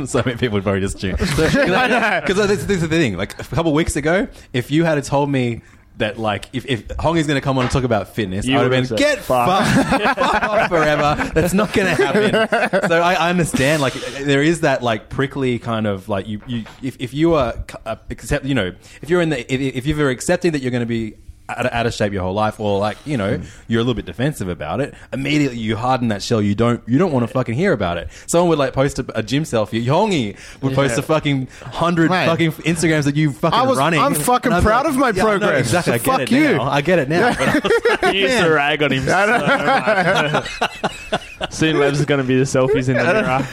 Speaker 1: so many people would probably just
Speaker 3: [LAUGHS]
Speaker 1: tune. [LAUGHS] Because this, this is the thing. Like a couple weeks ago, if you had told me that, like, if, if Hong is going to come on and talk about fitness,
Speaker 2: You
Speaker 1: I would
Speaker 2: would've
Speaker 1: have been
Speaker 2: said,
Speaker 1: get
Speaker 2: "Fuck."
Speaker 1: fucked, fuck off [LAUGHS] forever. That's not going to happen. So I, I understand. Like, there is that like prickly kind of like you. you if, if you are c- uh, accept, you know, if you're in the if, if you're accepting that you're going to be. Out of, out of shape your whole life, or like you know, you're a little bit defensive about it. Immediately, you harden that shell. You don't, you don't want to fucking hear about it. Someone would like post a, a gym selfie. Yongi would post
Speaker 2: Yeah.
Speaker 1: a fucking hundred
Speaker 3: Mate.
Speaker 1: fucking Instagrams that you fucking
Speaker 3: I was-
Speaker 1: running.
Speaker 3: I'm fucking
Speaker 1: And I'm
Speaker 3: proud of my
Speaker 1: I know,
Speaker 3: progress.
Speaker 1: exactly. I get
Speaker 3: Fuck
Speaker 1: it
Speaker 3: you.
Speaker 1: now. I get it now. [LAUGHS] But I was like,
Speaker 2: He used to
Speaker 1: [LAUGHS]
Speaker 2: rag on him so much. [LAUGHS] Soon Lev's is going to be the selfies
Speaker 1: [LAUGHS]
Speaker 2: in the mirror.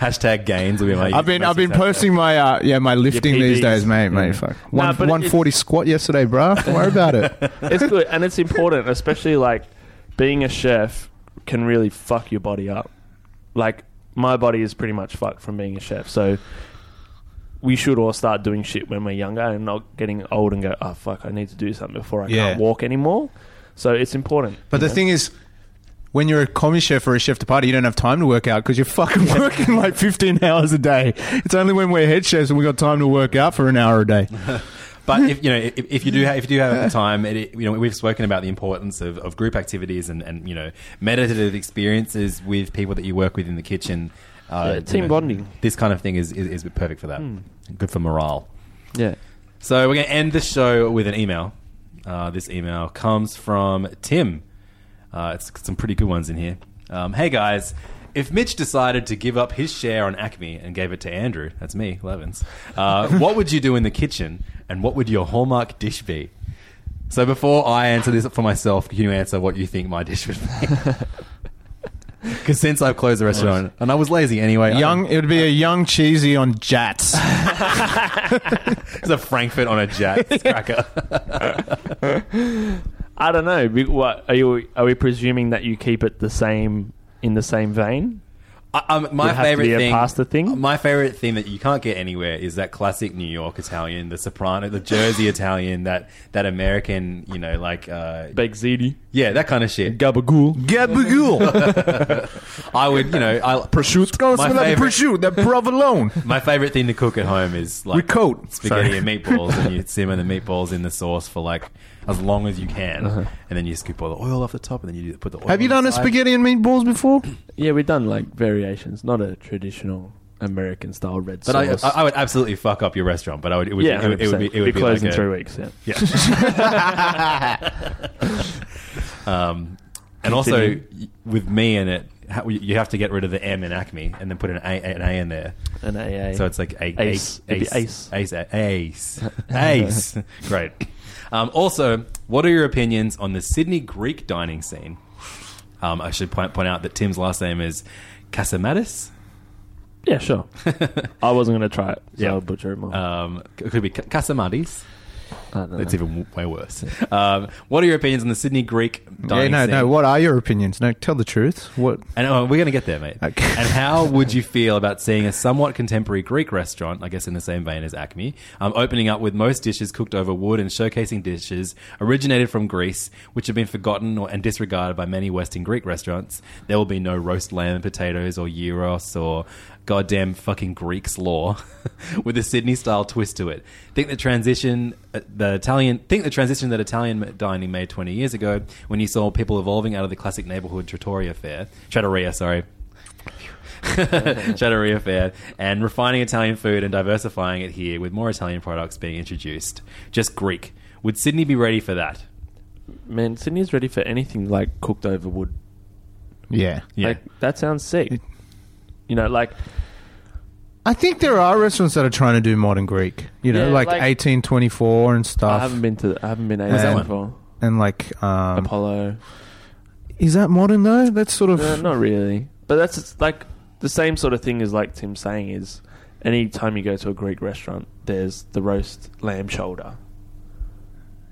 Speaker 1: hashtag gains will be my.
Speaker 3: I've been
Speaker 1: my
Speaker 3: I've been
Speaker 1: success.
Speaker 3: posting my uh, yeah my lifting
Speaker 2: Your
Speaker 3: these
Speaker 2: PBs.
Speaker 3: days, mate, mate. Fuck,
Speaker 2: Nah,
Speaker 3: one
Speaker 2: but it-
Speaker 3: one forty squat yesterday, bruh. Don't worry about
Speaker 2: [LAUGHS]
Speaker 3: it.
Speaker 2: It's good and it's important, especially like being a chef can really fuck your body up. Like my body is pretty much fucked from being a chef, so we should all start doing shit when we're younger and not getting old and go, oh fuck, I need to do something before I
Speaker 3: Yeah.
Speaker 2: can't walk anymore. So it's important.
Speaker 3: But the thing is. When you're a commie chef or a chef to party, you don't have time to work out because you're
Speaker 2: [LAUGHS]
Speaker 3: fucking working like 15 hours a day. It's only when we're head chefs and we got time to work out for an hour a
Speaker 2: [LAUGHS]
Speaker 3: day.
Speaker 1: But if you know, if, if you do, ha- if you do have the time, it- it, you know, we've spoken about the importance of, of group activities and, and you know, meditative experiences with people that you work with in the kitchen. Uh,
Speaker 2: Yeah,
Speaker 1: you
Speaker 2: team
Speaker 1: know,
Speaker 2: bonding. Hmm.
Speaker 1: This kind of thing is is, is perfect for that. Good for morale.
Speaker 2: Yeah.
Speaker 1: So we're going to end the show with an email. Uh, this email comes from Tim. Uh, it's got some pretty good ones in here. Um, hey guys, if Mitch decided to give up his share on Acme and gave it to Andrew, that's me, Levins, uh, what would you do in the kitchen and what would your hallmark dish be? So before I answer this for myself, can you answer what you think my dish would be? Because since I've closed the restaurant, and I was lazy anyway, I- [LAUGHS]
Speaker 3: Young, it would be a young cheesy
Speaker 2: [LAUGHS]
Speaker 3: on jats.
Speaker 1: it's a Frankfurt on a jet It's cracker.
Speaker 2: I don't know. We- What are you? Are we presuming that you keep it the same in the same vein?
Speaker 1: I, um, my
Speaker 2: Would it have to
Speaker 1: favorite
Speaker 2: be a
Speaker 1: thing,
Speaker 2: pasta thing?
Speaker 1: My favorite thing that you can't get anywhere is that classic New York Italian, the soprano, the Jersey Italian, that that American, you know, like uh,
Speaker 2: Big ziti,
Speaker 1: yeah, that kind of shit.
Speaker 2: gabagool.
Speaker 3: Gabagool.
Speaker 1: I would, you know, I
Speaker 3: Prosciutto. Go
Speaker 1: My
Speaker 3: smell that
Speaker 1: favorite-
Speaker 3: prosciutto, that provolone.
Speaker 1: my favorite thing to cook at home is like
Speaker 3: With
Speaker 2: [LAUGHS]
Speaker 3: coat.
Speaker 1: spaghetti
Speaker 3: Sorry.
Speaker 1: and meatballs, and you simmer the meatballs in the sauce for like as long as you can, and then you scoop all the oil off the top, and then you do- put the oil.
Speaker 3: Have you
Speaker 1: on
Speaker 3: done
Speaker 1: the
Speaker 3: a
Speaker 1: side.
Speaker 3: spaghetti and meatballs before?
Speaker 2: Yeah, we've done like variations, not a traditional American style red
Speaker 1: But I,
Speaker 2: sauce.
Speaker 1: I, I would absolutely fuck up your restaurant, but I would. It would,
Speaker 2: yeah,
Speaker 1: it, would- it would be. It would be,
Speaker 2: closed
Speaker 1: like
Speaker 2: in
Speaker 1: a-
Speaker 2: three weeks. Yeah. [LAUGHS] [LAUGHS]
Speaker 1: Um, and also
Speaker 2: Continue.
Speaker 1: y- with me in it, ha- you have to get rid of the M in Acme and then put an A, an a in there.
Speaker 2: An AA.
Speaker 1: So it's like a,
Speaker 2: Ace. It'd be
Speaker 1: ace, ace,
Speaker 2: ace.
Speaker 1: ace, a-
Speaker 2: [LAUGHS]
Speaker 1: ace, ace. Great. Um, also, what are your opinions on the Sydney Greek dining scene? Um, I should point, point out that Tim's last name is Casamatis. [LAUGHS]
Speaker 2: yeah, sure. I wasn't going to try it. So
Speaker 1: Yeah.
Speaker 2: yeah, I'll butcher it more.
Speaker 1: Um, it could be Ca- Casamatis.
Speaker 2: I don't know.
Speaker 1: That's even w- way worse. Um, what are your opinions on the Sydney Greek
Speaker 3: Yeah,
Speaker 1: dining
Speaker 3: no,
Speaker 1: scene?
Speaker 3: no. What are your opinions? No, tell the truth. What?
Speaker 1: And oh, we're going to get there, mate.
Speaker 3: Okay.
Speaker 1: And how would you feel about seeing a somewhat contemporary Greek restaurant, I guess in the same vein as Acme, um, opening up with most dishes cooked over wood and showcasing dishes originated from Greece, which have been forgotten or, and disregarded by many Western Greek restaurants? There will be no roast lamb and potatoes or gyros or goddamn fucking Greeks law [LAUGHS] with a Sydney style twist to it. Think the transition, uh, the Italian, think the transition that Italian dining made 20 years ago when you saw people evolving out of the classic neighborhood trattoria fare, trattoria, sorry. [LAUGHS] Trattoria fare and refining Italian food and diversifying it here with more Italian products being introduced. Just Greek. Would Sydney be ready for that?
Speaker 2: Man, Sydney's ready for anything like cooked over wood.
Speaker 3: Yeah.
Speaker 2: Like, that sounds sick. You know, like
Speaker 3: I think there are restaurants that are trying to do modern Greek. You know,
Speaker 2: Yeah,
Speaker 3: like,
Speaker 2: like-
Speaker 3: 1824 and stuff.
Speaker 2: I haven't been to I haven't been
Speaker 3: that
Speaker 2: AA
Speaker 3: one?
Speaker 2: before.
Speaker 3: and like, um,
Speaker 2: Apollo. Uh,
Speaker 3: is that modern though? That's sort of.
Speaker 2: No, not really. But that's it's like the same sort of thing as like Tim's saying is any time you go to a Greek restaurant, there's the roast lamb shoulder.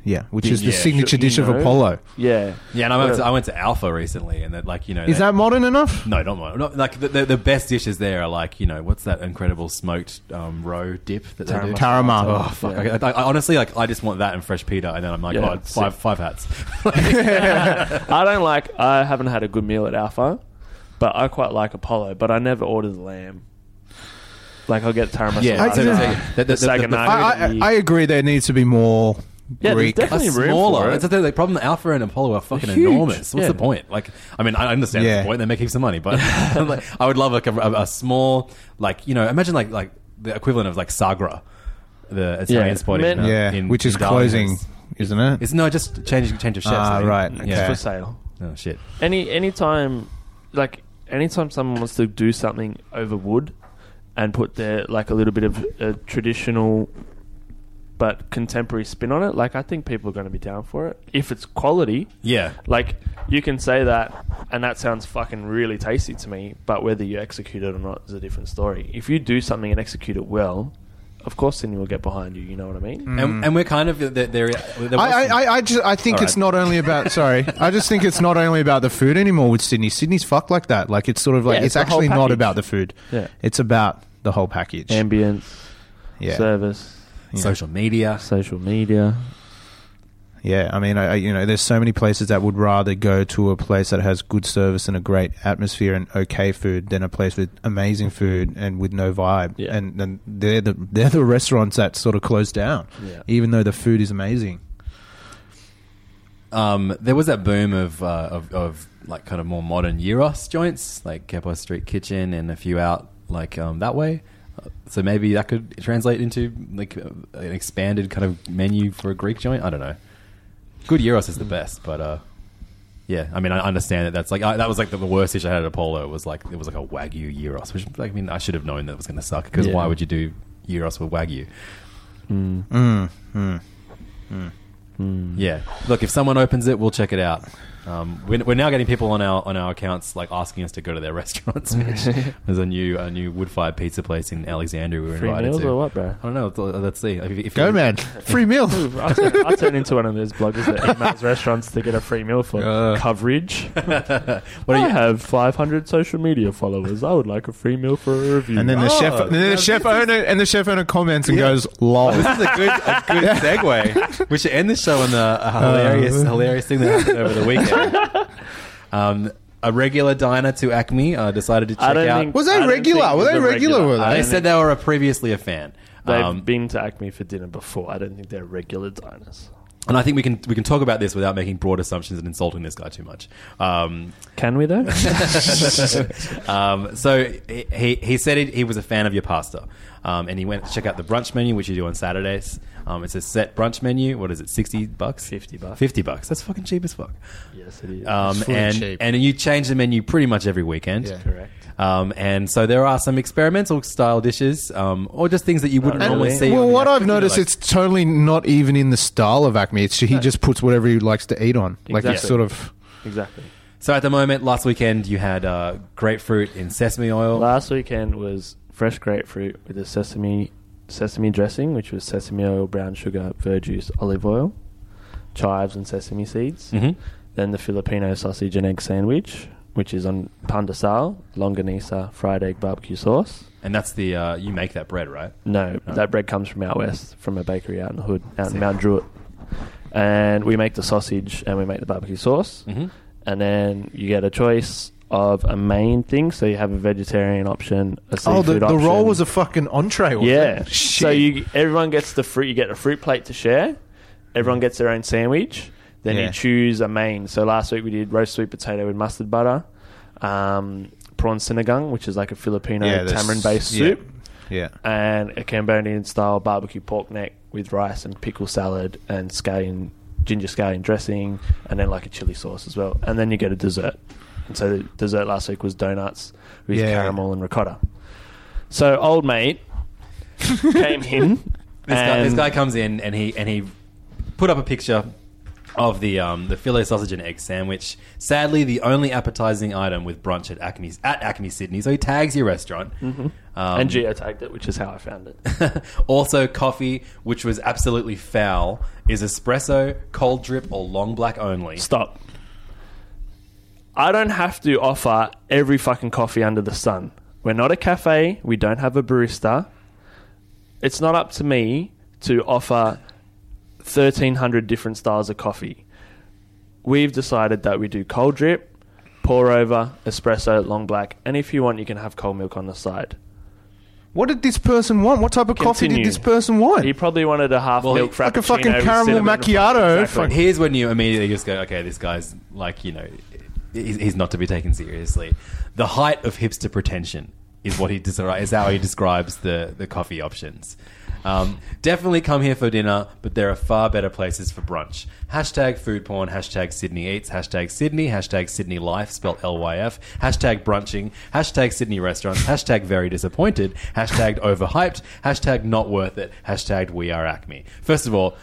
Speaker 3: Yeah, which is the
Speaker 1: Yeah.
Speaker 3: signature
Speaker 2: You
Speaker 3: dish of
Speaker 2: know?
Speaker 3: Apollo.
Speaker 2: Yeah.
Speaker 1: Yeah, and I
Speaker 2: uh,
Speaker 1: went, to, I went to Alpha recently, and that like you know
Speaker 3: Is
Speaker 1: they-
Speaker 3: that modern enough?
Speaker 1: no, not mine. Not, like the, the, the best dishes there are like you know what's that incredible smoked um, roe dip that they do?
Speaker 3: Tarama.
Speaker 1: Oh fuck! I, I, I honestly like I just want that and fresh pita, and then I'm like,
Speaker 2: Yeah,
Speaker 1: oh, five five hats. [LAUGHS]
Speaker 2: I don't like. I haven't had a good meal at Alpha, but I quite like Apollo. But I never order the lamb. Like I'll get tarama
Speaker 1: Yeah,
Speaker 2: salad,
Speaker 1: so- so-
Speaker 2: uh,
Speaker 1: the- the- the-
Speaker 2: the
Speaker 1: the-
Speaker 2: saganaki.
Speaker 3: I, I, I agree there needs to be more
Speaker 2: yeah, there's
Speaker 3: Greek.
Speaker 1: Are
Speaker 2: definitely room
Speaker 1: smaller.
Speaker 2: for
Speaker 1: That's
Speaker 2: it.
Speaker 1: the thing. The problem that Alpha and Apollo are fucking
Speaker 2: Huge.
Speaker 1: enormous. What's
Speaker 2: Yeah.
Speaker 1: the point? Like, I mean, I understand
Speaker 3: Yeah.
Speaker 1: the point. They make heaps of money,
Speaker 2: [LAUGHS]
Speaker 1: but [LAUGHS] like, I would love like a, a, a small, like you know, imagine like like the equivalent of like Sagra, the Italian
Speaker 2: Yeah.
Speaker 1: spot.
Speaker 2: Man-
Speaker 1: in, uh,
Speaker 3: yeah,
Speaker 1: in-
Speaker 3: which
Speaker 1: in
Speaker 3: is
Speaker 1: Darwin.
Speaker 3: closing, isn't it?
Speaker 1: It's no, just change change of chefs.
Speaker 3: Ah,
Speaker 1: I think.
Speaker 3: right,
Speaker 1: Yeah.
Speaker 2: for
Speaker 3: okay.
Speaker 2: sale.
Speaker 1: Oh shit.
Speaker 2: Any anytime, like anytime someone wants to do something over wood, and put their like a little bit of a traditional, but contemporary spin on it. Like I think people are going to be down for it if it's quality.
Speaker 1: Yeah.
Speaker 2: Like you can say that, and that sounds fucking really tasty to me. But whether you execute it or not is a different story. If you do something and execute it well, of course, then you'll get behind you. You know what I
Speaker 3: Mm.
Speaker 2: mean?
Speaker 1: And, and we're kind of there. there, there
Speaker 3: I, I, I, I, just, I think
Speaker 1: All
Speaker 3: it's
Speaker 1: right.
Speaker 3: not
Speaker 2: [LAUGHS]
Speaker 3: only about sorry. I just think it's not only about the food anymore with Sydney. Sydney's fucked like that. Like it's sort of like
Speaker 2: Yeah,
Speaker 3: it's,
Speaker 2: it's the whole
Speaker 3: actually not
Speaker 2: package.
Speaker 3: about the food.
Speaker 2: Yeah.
Speaker 3: It's about the whole package.
Speaker 2: Ambience,
Speaker 3: yeah.
Speaker 2: service,
Speaker 1: social media.
Speaker 2: social media.
Speaker 3: Yeah, I mean, I, I, you know, there's so many places that would rather go to a place that has good service and a great atmosphere and okay food than a place with amazing food and with no vibe.
Speaker 2: Yeah.
Speaker 3: And, and they're the they're the restaurants that sort of close down,
Speaker 2: Yeah.
Speaker 3: even though the food is amazing.
Speaker 1: Um, there was that boom of, uh, of of like kind of more modern Euros joints, like Kepo Street Kitchen and a few out like um, that way. Uh, So maybe that could translate into like uh, an expanded kind of menu for a Greek joint. I don't know. Good Euros is the best, but uh, yeah, I mean, I understand that that's like I, that was like the, the worst dish I had at Apollo was like it was like a wagyu Euros, which like, I mean, I should have known that was going to suck because
Speaker 2: Yeah.
Speaker 1: why would you do Euros with wagyu?
Speaker 3: Mm,
Speaker 1: Yeah. Look, if someone opens it, we'll check it out. Um, we're, we're now getting people on our on our accounts like asking us to go to their [LAUGHS] restaurants. Which
Speaker 2: [LAUGHS]
Speaker 1: there's a new a new wood fired pizza place in Alexandria we were
Speaker 2: Free
Speaker 1: invited
Speaker 2: meals
Speaker 1: to.
Speaker 2: or what, bro?
Speaker 1: I don't know. Th- Let's see. If, if
Speaker 3: Go, man! Free meal.
Speaker 2: [LAUGHS] I turn, I turn into one of those bloggers that emails restaurants to get a free meal for
Speaker 3: [LAUGHS]
Speaker 2: coverage.
Speaker 1: What do
Speaker 2: I
Speaker 1: you have?
Speaker 2: have 500 social media followers. I would like a free meal for a review.
Speaker 3: And then the
Speaker 1: Oh,
Speaker 3: chef, and then
Speaker 1: now
Speaker 3: the chef owner, and the chef owner comments and goes, "Lol."
Speaker 1: This is a good a good segue. We should end the show on the
Speaker 3: Uh,
Speaker 1: a hilarious hilarious thing that happened over the weekend. Um, a regular diner to Acme uh, decided to check
Speaker 2: I don't
Speaker 1: out.
Speaker 2: think
Speaker 3: Was they
Speaker 2: I don't
Speaker 3: regular?
Speaker 2: think
Speaker 3: Were they
Speaker 2: they're
Speaker 3: regular with
Speaker 2: I
Speaker 3: it?
Speaker 1: they
Speaker 2: don't
Speaker 1: said
Speaker 2: think-
Speaker 1: they were previously a fan.
Speaker 2: they've
Speaker 1: Um,
Speaker 2: been to Acme for dinner before. I don't think they're regular diners.
Speaker 1: And I think we can we can talk about this without making broad assumptions and insulting this guy too much. Um,
Speaker 2: Can we though?
Speaker 1: um, so he- he he said he, he was a fan of your pasta, um, and he went to check out the brunch menu, which you do on Saturdays. Um, it's a set brunch menu. What is it? Sixty bucks?
Speaker 2: 50 bucks.
Speaker 1: Fifty bucks. That's fucking cheap as fuck.
Speaker 2: [LAUGHS] yes, it is.
Speaker 1: Um,
Speaker 3: fully
Speaker 1: and
Speaker 3: cheap.
Speaker 1: and you change the menu pretty much every weekend.
Speaker 3: Yeah.
Speaker 2: Correct.
Speaker 1: Um, and so there are some experimental style dishes, um, or just things that you wouldn't
Speaker 2: And-
Speaker 1: normally see.
Speaker 3: Well,
Speaker 1: on the
Speaker 3: what
Speaker 1: app.
Speaker 3: I've
Speaker 1: You know,
Speaker 3: noticed,
Speaker 1: like-
Speaker 3: it's totally not even in the style of Acme. It's he just puts whatever he likes to eat on. Like it's
Speaker 2: Exactly.
Speaker 3: sort of
Speaker 2: Exactly.
Speaker 1: so at the moment. Last weekend you had uh, grapefruit in sesame oil.
Speaker 2: Last weekend was fresh grapefruit with a sesame sesame dressing, which was sesame oil, brown sugar, verjuice, olive oil, chives, and sesame seeds.
Speaker 1: Mhm.
Speaker 2: Then the Filipino sausage and egg sandwich, which is on pandesal, longanisa, fried egg barbecue sauce.
Speaker 1: And that's the uh, you make that bread, right?
Speaker 2: No, that bread comes from out west, from a bakery out in the hood, out in Mount Druitt. And we make the sausage and we make the barbecue sauce.
Speaker 1: Mhm.
Speaker 2: And then you get a choice of a main thing. So you have a vegetarian option, a seafood
Speaker 3: oh, the, the
Speaker 2: option.
Speaker 3: roll was a fucking entree. Wasn't
Speaker 2: Yeah.
Speaker 3: it?
Speaker 2: So you everyone gets the fruit. You get a fruit plate to share. Everyone gets their own sandwich. Then
Speaker 3: Yeah.
Speaker 2: you choose a main. So last week we did roast sweet potato with mustard butter, um, prawn sinigang, which is like a Filipino
Speaker 3: Yeah, this-
Speaker 2: tamarind based
Speaker 3: yeah.
Speaker 2: soup, Uh,
Speaker 3: yeah.
Speaker 2: and a Cambodian style barbecue pork neck with rice and pickle salad and scallion ginger scallion dressing, and then like a chili sauce as well. And then you get a dessert. And so the dessert last week was donuts with
Speaker 3: Yeah.
Speaker 2: caramel and ricotta. So
Speaker 1: [LAUGHS]
Speaker 2: old mate came in.
Speaker 1: This guy, this
Speaker 2: and-
Speaker 1: guy comes in and he and he put up a picture of the um, the filet sausage and egg sandwich. Sadly, the only appetizing item with brunch at Acme at Acme Sydney. So he tags your restaurant. Um,
Speaker 2: and Geo tagged it, which is how I found it.
Speaker 1: also, coffee, which was absolutely foul, is espresso, cold drip, or long black only.
Speaker 2: Stop. I don't have to offer every fucking coffee under the sun. We're not a cafe. We don't have a barista. It's not up to me to offer 1,300 different styles of coffee. We've decided that we do cold drip, pour over, espresso, long black, and if you want, you can have cold milk on the side.
Speaker 3: What did this person want? What type of coffee did
Speaker 2: Continue.
Speaker 3: this person want?
Speaker 2: He probably wanted a half
Speaker 1: Well,
Speaker 2: milk
Speaker 1: he-
Speaker 2: frappuccino.
Speaker 3: Like a fucking
Speaker 2: with
Speaker 3: caramel
Speaker 2: cinnamon.
Speaker 3: macchiato.
Speaker 2: Exactly.
Speaker 1: Here's when you immediately just go, okay, this guy's like, you know, he's, he's not to be taken seriously. The height of hipster pretension is what he describes. Is how he describes the the coffee options. Um, definitely come here for dinner, but there are far better places for brunch. Hashtag food porn, hashtag Sydney eats, hashtag Sydney, hashtag Sydney life, spelled L-Y-F, hashtag brunching, hashtag Sydney restaurants, hashtag very disappointed, hashtag overhyped, hashtag not worth it, hashtag we are Acme. First of all,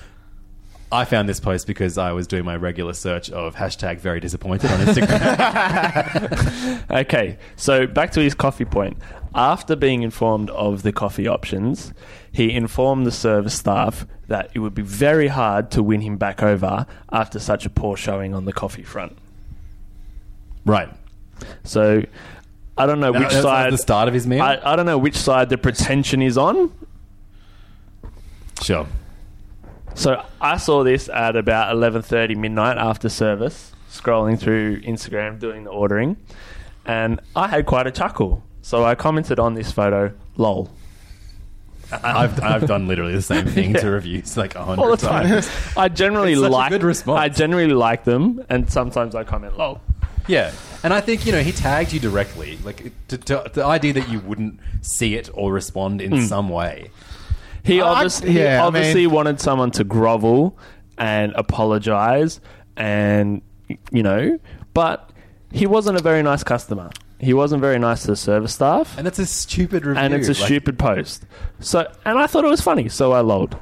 Speaker 1: I found this post because I was doing my regular search of hashtag very disappointed on
Speaker 2: [LAUGHS]
Speaker 1: Instagram.
Speaker 2: Okay, so back to his coffee point. After being informed of the coffee options, he informed the service staff that it would be very hard to win him back over after such a poor showing on the coffee front.
Speaker 1: right.
Speaker 2: So I don't know which
Speaker 1: that's like
Speaker 2: side
Speaker 1: the start of his meal?
Speaker 2: I, I don't know which side the pretension is on.
Speaker 1: Sure.
Speaker 2: So I saw this at about eleven thirty midnight after service, scrolling through Instagram, doing the ordering, and I had quite a chuckle. So I commented on this photo, lol.
Speaker 1: I- I've, I've done literally the same
Speaker 2: [LAUGHS]
Speaker 1: thing to reviews like a
Speaker 2: all the
Speaker 1: hundred
Speaker 2: time.
Speaker 1: times.
Speaker 2: I generally
Speaker 1: It's such a
Speaker 2: like
Speaker 1: good response.
Speaker 2: I generally like them, and sometimes I comment lol.
Speaker 1: Yeah. And I think, you know, he tagged you directly. Like, it- to, to, the idea that you wouldn't see it or respond in
Speaker 2: Hmm.
Speaker 1: some way.
Speaker 2: He
Speaker 3: I-
Speaker 2: obviously,
Speaker 3: yeah,
Speaker 2: he
Speaker 3: I
Speaker 2: obviously
Speaker 3: mean-
Speaker 2: wanted someone to grovel and apologize, and you know, but he wasn't a very nice customer. He wasn't very nice to the service staff,
Speaker 1: And that's a stupid review.
Speaker 2: and it's a
Speaker 1: like-
Speaker 2: stupid post. So, and I thought it was funny, so I lolled.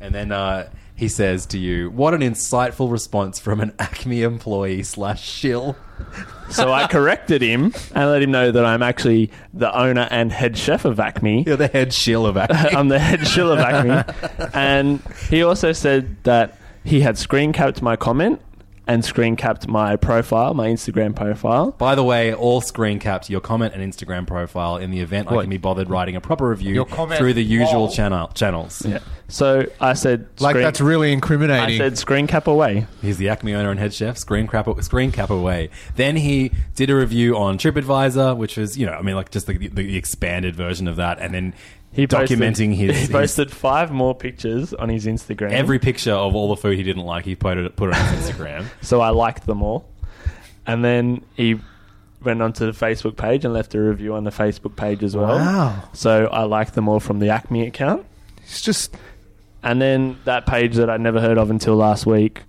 Speaker 1: And then uh, he says to you, what an insightful response from an Acme employee slash shill. [LAUGHS]
Speaker 2: So I corrected him and let him know that I'm actually the owner and head chef of Acme.
Speaker 1: You're the head shill of Acme.
Speaker 2: [LAUGHS] I'm the head shill of Acme. and he also said that he had screen capped my comment and screen capped my profile, my Instagram profile.
Speaker 1: By the way, all screen capped your comment and Instagram profile in the event I can be bothered writing a proper review
Speaker 3: Your comment-
Speaker 1: through the usual
Speaker 3: Whoa.
Speaker 1: channel channels.
Speaker 2: So I said,
Speaker 3: like
Speaker 2: screen-
Speaker 3: that's really
Speaker 2: I
Speaker 3: incriminating.
Speaker 2: said, screen cap away.
Speaker 1: He's the Acme owner and head chef. Screen cap, screen cap away. Then he did a review on TripAdvisor, which was you know, I mean, like just the, the, the expanded version of that, and then
Speaker 2: He posted-
Speaker 1: documenting his,
Speaker 2: He
Speaker 1: his-
Speaker 2: posted five more pictures on his Instagram.
Speaker 1: every picture of all the food he didn't like. He put it put it on his Instagram.
Speaker 2: so I liked them all. And then he went onto the Facebook page and left a review on the Facebook page as well.
Speaker 3: Wow.
Speaker 2: So I liked them all from the Acme account.
Speaker 3: it's just
Speaker 2: And then that page that I never heard of until last week,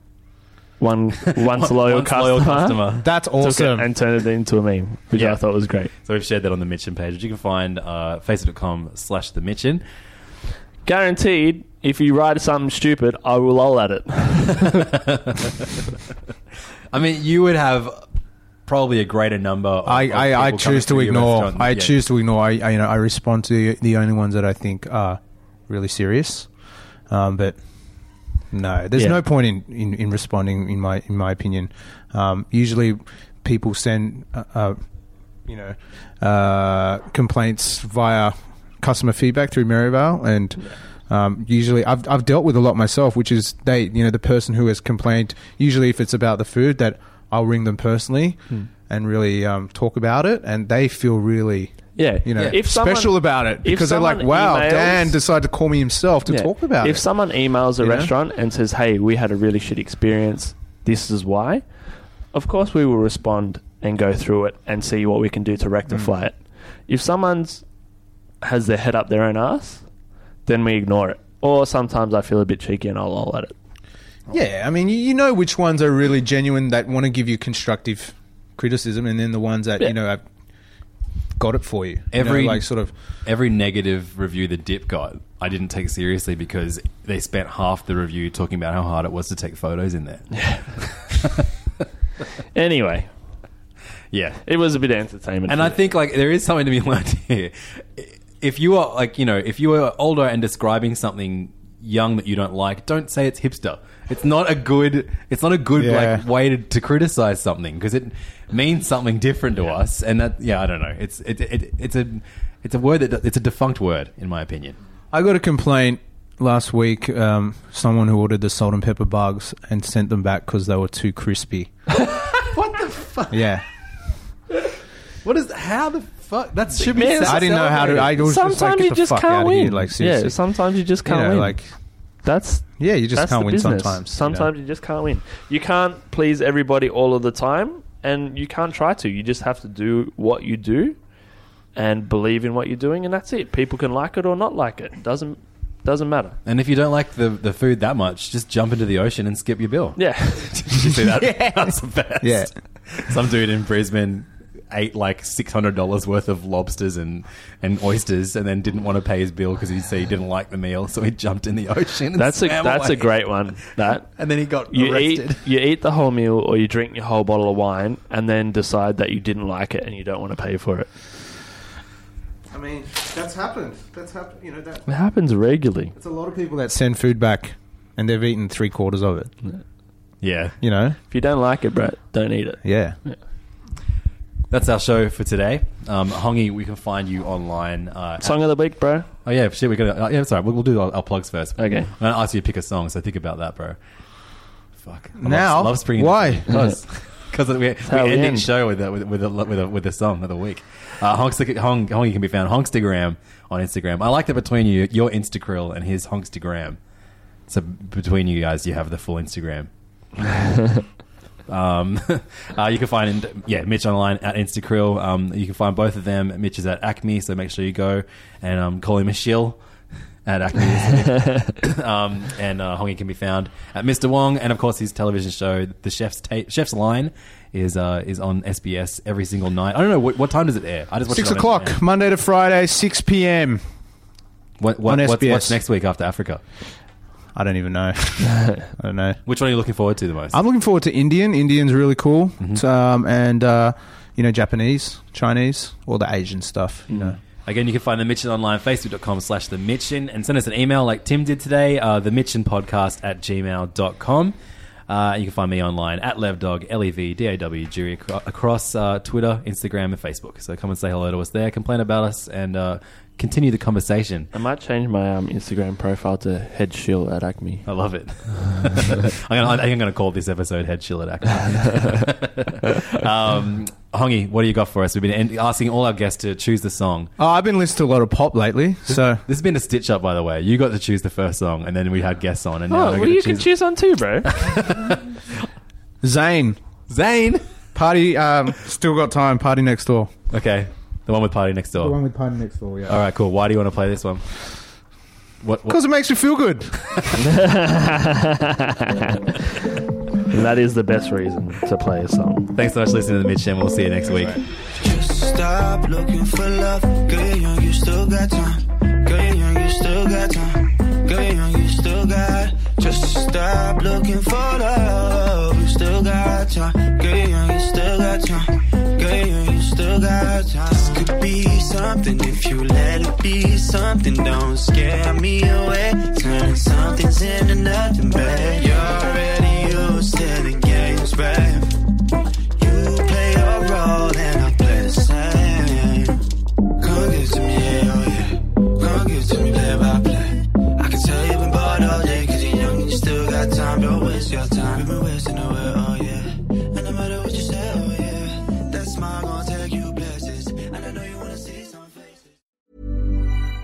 Speaker 2: one [LAUGHS] once loyal,
Speaker 1: Once
Speaker 2: customer,
Speaker 1: loyal customer.
Speaker 2: [LAUGHS]
Speaker 3: that's
Speaker 2: took it
Speaker 3: awesome.
Speaker 2: and turned it into a meme, which
Speaker 1: Yeah.
Speaker 2: I thought was great.
Speaker 1: So we've shared that on the Mitchin page, which you can find uh, facebook.com slash the Mitchin.
Speaker 2: Guaranteed, if you write something stupid, I will lol at it.
Speaker 1: I mean, you would have probably a greater number. Of,
Speaker 3: I,
Speaker 1: of
Speaker 3: I, I
Speaker 1: people coming
Speaker 3: choose to
Speaker 1: through your
Speaker 3: ignore.
Speaker 1: restaurant.
Speaker 3: I
Speaker 1: Yeah.
Speaker 3: choose to ignore. I, I you know I respond to the only ones that I think are really serious. Um, but no, there's
Speaker 2: Yeah.
Speaker 3: no point in, in, in responding in my in my opinion. Um, usually, people send uh, uh, you know uh, complaints via customer feedback through Maryvale and. Um, usually, I've, I've dealt with a lot myself, which is they, you know, the person who has complained. Usually, if it's about the food, that I'll ring them personally
Speaker 2: Hmm.
Speaker 3: and really um, talk about it, and they feel really,
Speaker 2: Yeah,
Speaker 3: you know,
Speaker 2: If someone-
Speaker 3: special about it
Speaker 2: if
Speaker 3: because they're like,
Speaker 2: someone
Speaker 3: "Wow,
Speaker 2: emails-
Speaker 3: Dan decided to call me himself to
Speaker 2: Yeah.
Speaker 3: talk about
Speaker 2: if
Speaker 3: it."
Speaker 2: someone emails a
Speaker 3: You know?
Speaker 2: restaurant and says, "Hey, we had a really shit experience. This is why," of course we will respond and go through it and see what we can do to
Speaker 3: Hmm.
Speaker 2: rectify it. If someone's has their head up their own ass, then we ignore it. Or sometimes I feel a bit cheeky and I'll lol at it.
Speaker 3: Yeah, I mean, you, you know which ones are really genuine that want to give you constructive criticism, and then the ones that
Speaker 2: Yeah.
Speaker 3: you know are got it for you. You know,
Speaker 1: Every-
Speaker 3: like sort of
Speaker 1: Every negative review the dip got, I didn't take seriously because they spent half the review talking about how hard it was to take photos in there.
Speaker 2: Anyway,
Speaker 1: Yeah.
Speaker 2: it was a bit of entertainment.
Speaker 1: And
Speaker 2: for
Speaker 1: I
Speaker 2: me.
Speaker 1: think like there is something to be [LAUGHS] learned here. If you are like you know, if you are older and describing something young that you don't like, don't say it's hipster. It's not a good. It's not a good
Speaker 3: Yeah.
Speaker 1: like way to, to criticize something because it means something different to us. And that yeah, I don't know. It's it, it it's a it's a word that it's a defunct word in my opinion.
Speaker 3: I got a complaint last week. Um, someone who ordered the salt and pepper bugs and sent them back because they were
Speaker 2: [LAUGHS]
Speaker 3: too crispy. what the fuck? Yeah,
Speaker 1: What is how the fuck that should be?
Speaker 2: Man,
Speaker 1: sa-
Speaker 3: I didn't know how to. I was just like,
Speaker 2: sometimes
Speaker 3: get
Speaker 2: you
Speaker 3: the
Speaker 2: just
Speaker 3: fuck
Speaker 2: can't
Speaker 3: outta
Speaker 2: win.
Speaker 3: Here. Like seriously,
Speaker 2: yeah, sometimes you just
Speaker 3: you
Speaker 2: can't
Speaker 3: know,
Speaker 2: win.
Speaker 3: like
Speaker 2: that's
Speaker 3: yeah, you just
Speaker 2: that's
Speaker 3: can't
Speaker 2: the
Speaker 3: win
Speaker 2: business.
Speaker 3: sometimes. you know.
Speaker 2: Sometimes you just can't win. You can't please everybody all of the time, and you can't try to. You just have to do what you do, and believe in what you're doing, and that's it. People can like it or not like it. Doesn't doesn't matter.
Speaker 1: And if you don't like the, the food that much, just jump into the ocean and skip your bill.
Speaker 2: Yeah,
Speaker 1: Did you see
Speaker 2: [LAUGHS]
Speaker 1: that? That's the best.
Speaker 3: Yeah.
Speaker 1: Some dude in Brisbane ate like six hundred dollars worth of lobsters and, and oysters, and then didn't want to pay his bill because he said he didn't like the meal, so he jumped in the [LAUGHS] ocean. And
Speaker 2: that's a
Speaker 1: swam
Speaker 2: that's a
Speaker 1: away.
Speaker 2: great one. That
Speaker 1: [LAUGHS] And then he got
Speaker 2: [LAUGHS] you
Speaker 1: arrested.
Speaker 2: eat you eat the whole meal or you drink your whole bottle of wine, and then decide that you didn't like it and you don't want to pay for it.
Speaker 3: I mean, that's happened. That's happened. You know, that,
Speaker 2: It happens regularly.
Speaker 3: that's a lot of people that send food back, and they've eaten three quarters of it.
Speaker 1: Yeah,
Speaker 3: You know,
Speaker 2: If you don't like it, Brett, don't eat it.
Speaker 3: yeah.
Speaker 1: that's our show for today. Um, Hongi, we can find you online. Uh, at-
Speaker 2: Song of the week, bro.
Speaker 1: oh yeah, shit, we're gonna. Uh, yeah, sorry, we'll, we'll do our, our plugs first.
Speaker 2: Okay.
Speaker 1: I'm gonna ask you to pick a song, so think about that, bro. Fuck. I love-
Speaker 3: Now?
Speaker 1: love springing
Speaker 3: Why?
Speaker 2: [LAUGHS]
Speaker 1: Because we, we
Speaker 2: how we
Speaker 1: end
Speaker 2: end.
Speaker 1: each show with a, with, with, a, with, a, with a song of the week. Uh, Honkstick, Honk, Honky can be found Honkstagram on Instagram. I like that between you, your Instacrill and his Honkstagram. So between you guys, you have the full Instagram. Um, [LAUGHS] uh, you can find yeah Mitch online at Instacrill. Um, you can find both of them. Mitch is at Acme, so make sure you go and um, call him a shill at Acme. um, and uh, Hongi can be found at Mr Wong, and of course his television show, The Chef's Ta- Chef's Line, is uh, is on SBS every single night. I don't know what, what time does it air. I just watch
Speaker 3: Six
Speaker 1: it on
Speaker 3: o'clock,
Speaker 1: SBS.
Speaker 3: Monday to Friday, six p.m.
Speaker 1: What, what,
Speaker 3: on
Speaker 1: what's,
Speaker 3: SBS.
Speaker 1: what's next week after Africa?
Speaker 3: I don't even [LAUGHS] know. I don't know.
Speaker 1: Which one are you looking forward to the most?
Speaker 3: I'm looking forward to Indian. Indian's really cool, um, and uh, you know Japanese, Chinese, all the Asian stuff. You know,
Speaker 1: Again, you can find The Mitchin online, facebook.com slash The Mitchin, and send us an email like Tim did today, uh, The Mitchin Podcast at gmail.com. Uh, you can find me online at levdog, E L-E-V-D-A-W, jury, acro- across uh, Twitter, Instagram, and Facebook. So come and say hello to us there, complain about us, and uh, continue the conversation.
Speaker 2: I might change my um, Instagram profile to head shield at Acme.
Speaker 1: I love it. [LAUGHS] I'm gonna, I think I'm going to call this episode Head Chill at Acme. [LAUGHS] um, Hongi, what do you got for us? We've been en- asking all our guests to choose the song.
Speaker 3: oh, I've been listening to a lot of pop lately, so
Speaker 1: This has been a stitch up, by the way. You got to choose the first song, and then we had guests on, and now
Speaker 2: Oh,
Speaker 1: we're
Speaker 2: well,
Speaker 1: gonna
Speaker 2: you can choose on too, bro.
Speaker 3: Zayn,
Speaker 1: Zane.
Speaker 3: party, um, [LAUGHS] still got time. Party next door.
Speaker 1: Okay, the one with Party Next Door.
Speaker 3: with party next door. Yeah,
Speaker 1: All right, cool. Why do you want to play this one? What? what
Speaker 3: because it makes you feel good.
Speaker 2: and [LAUGHS] that is the best reason to play a song.
Speaker 1: thanks so much for listening to the Midsham. We'll see you next week.
Speaker 5: Stop looking for love. Girl, you're young, you still got time. Girl, you're young, you still got time. Girl, you're young, you still got. Just stop looking for love. You still got time. Girl, you're young, you still got time. Girl, you're young, you still got time. This could be something if you let it be something. Don't scare me away. Turn something's into nothing, babe. You're already used to the games, babe. You play your role and I play the same. Come give to me, yeah, oh yeah. Come give to me play by play. I can tell you've been bored all day, cause you're young and you still got time. Don't waste your time. We've been wasting away, oh yeah. And no matter what you say, oh yeah. That smile gonna take you places. And I know you wanna see some faces.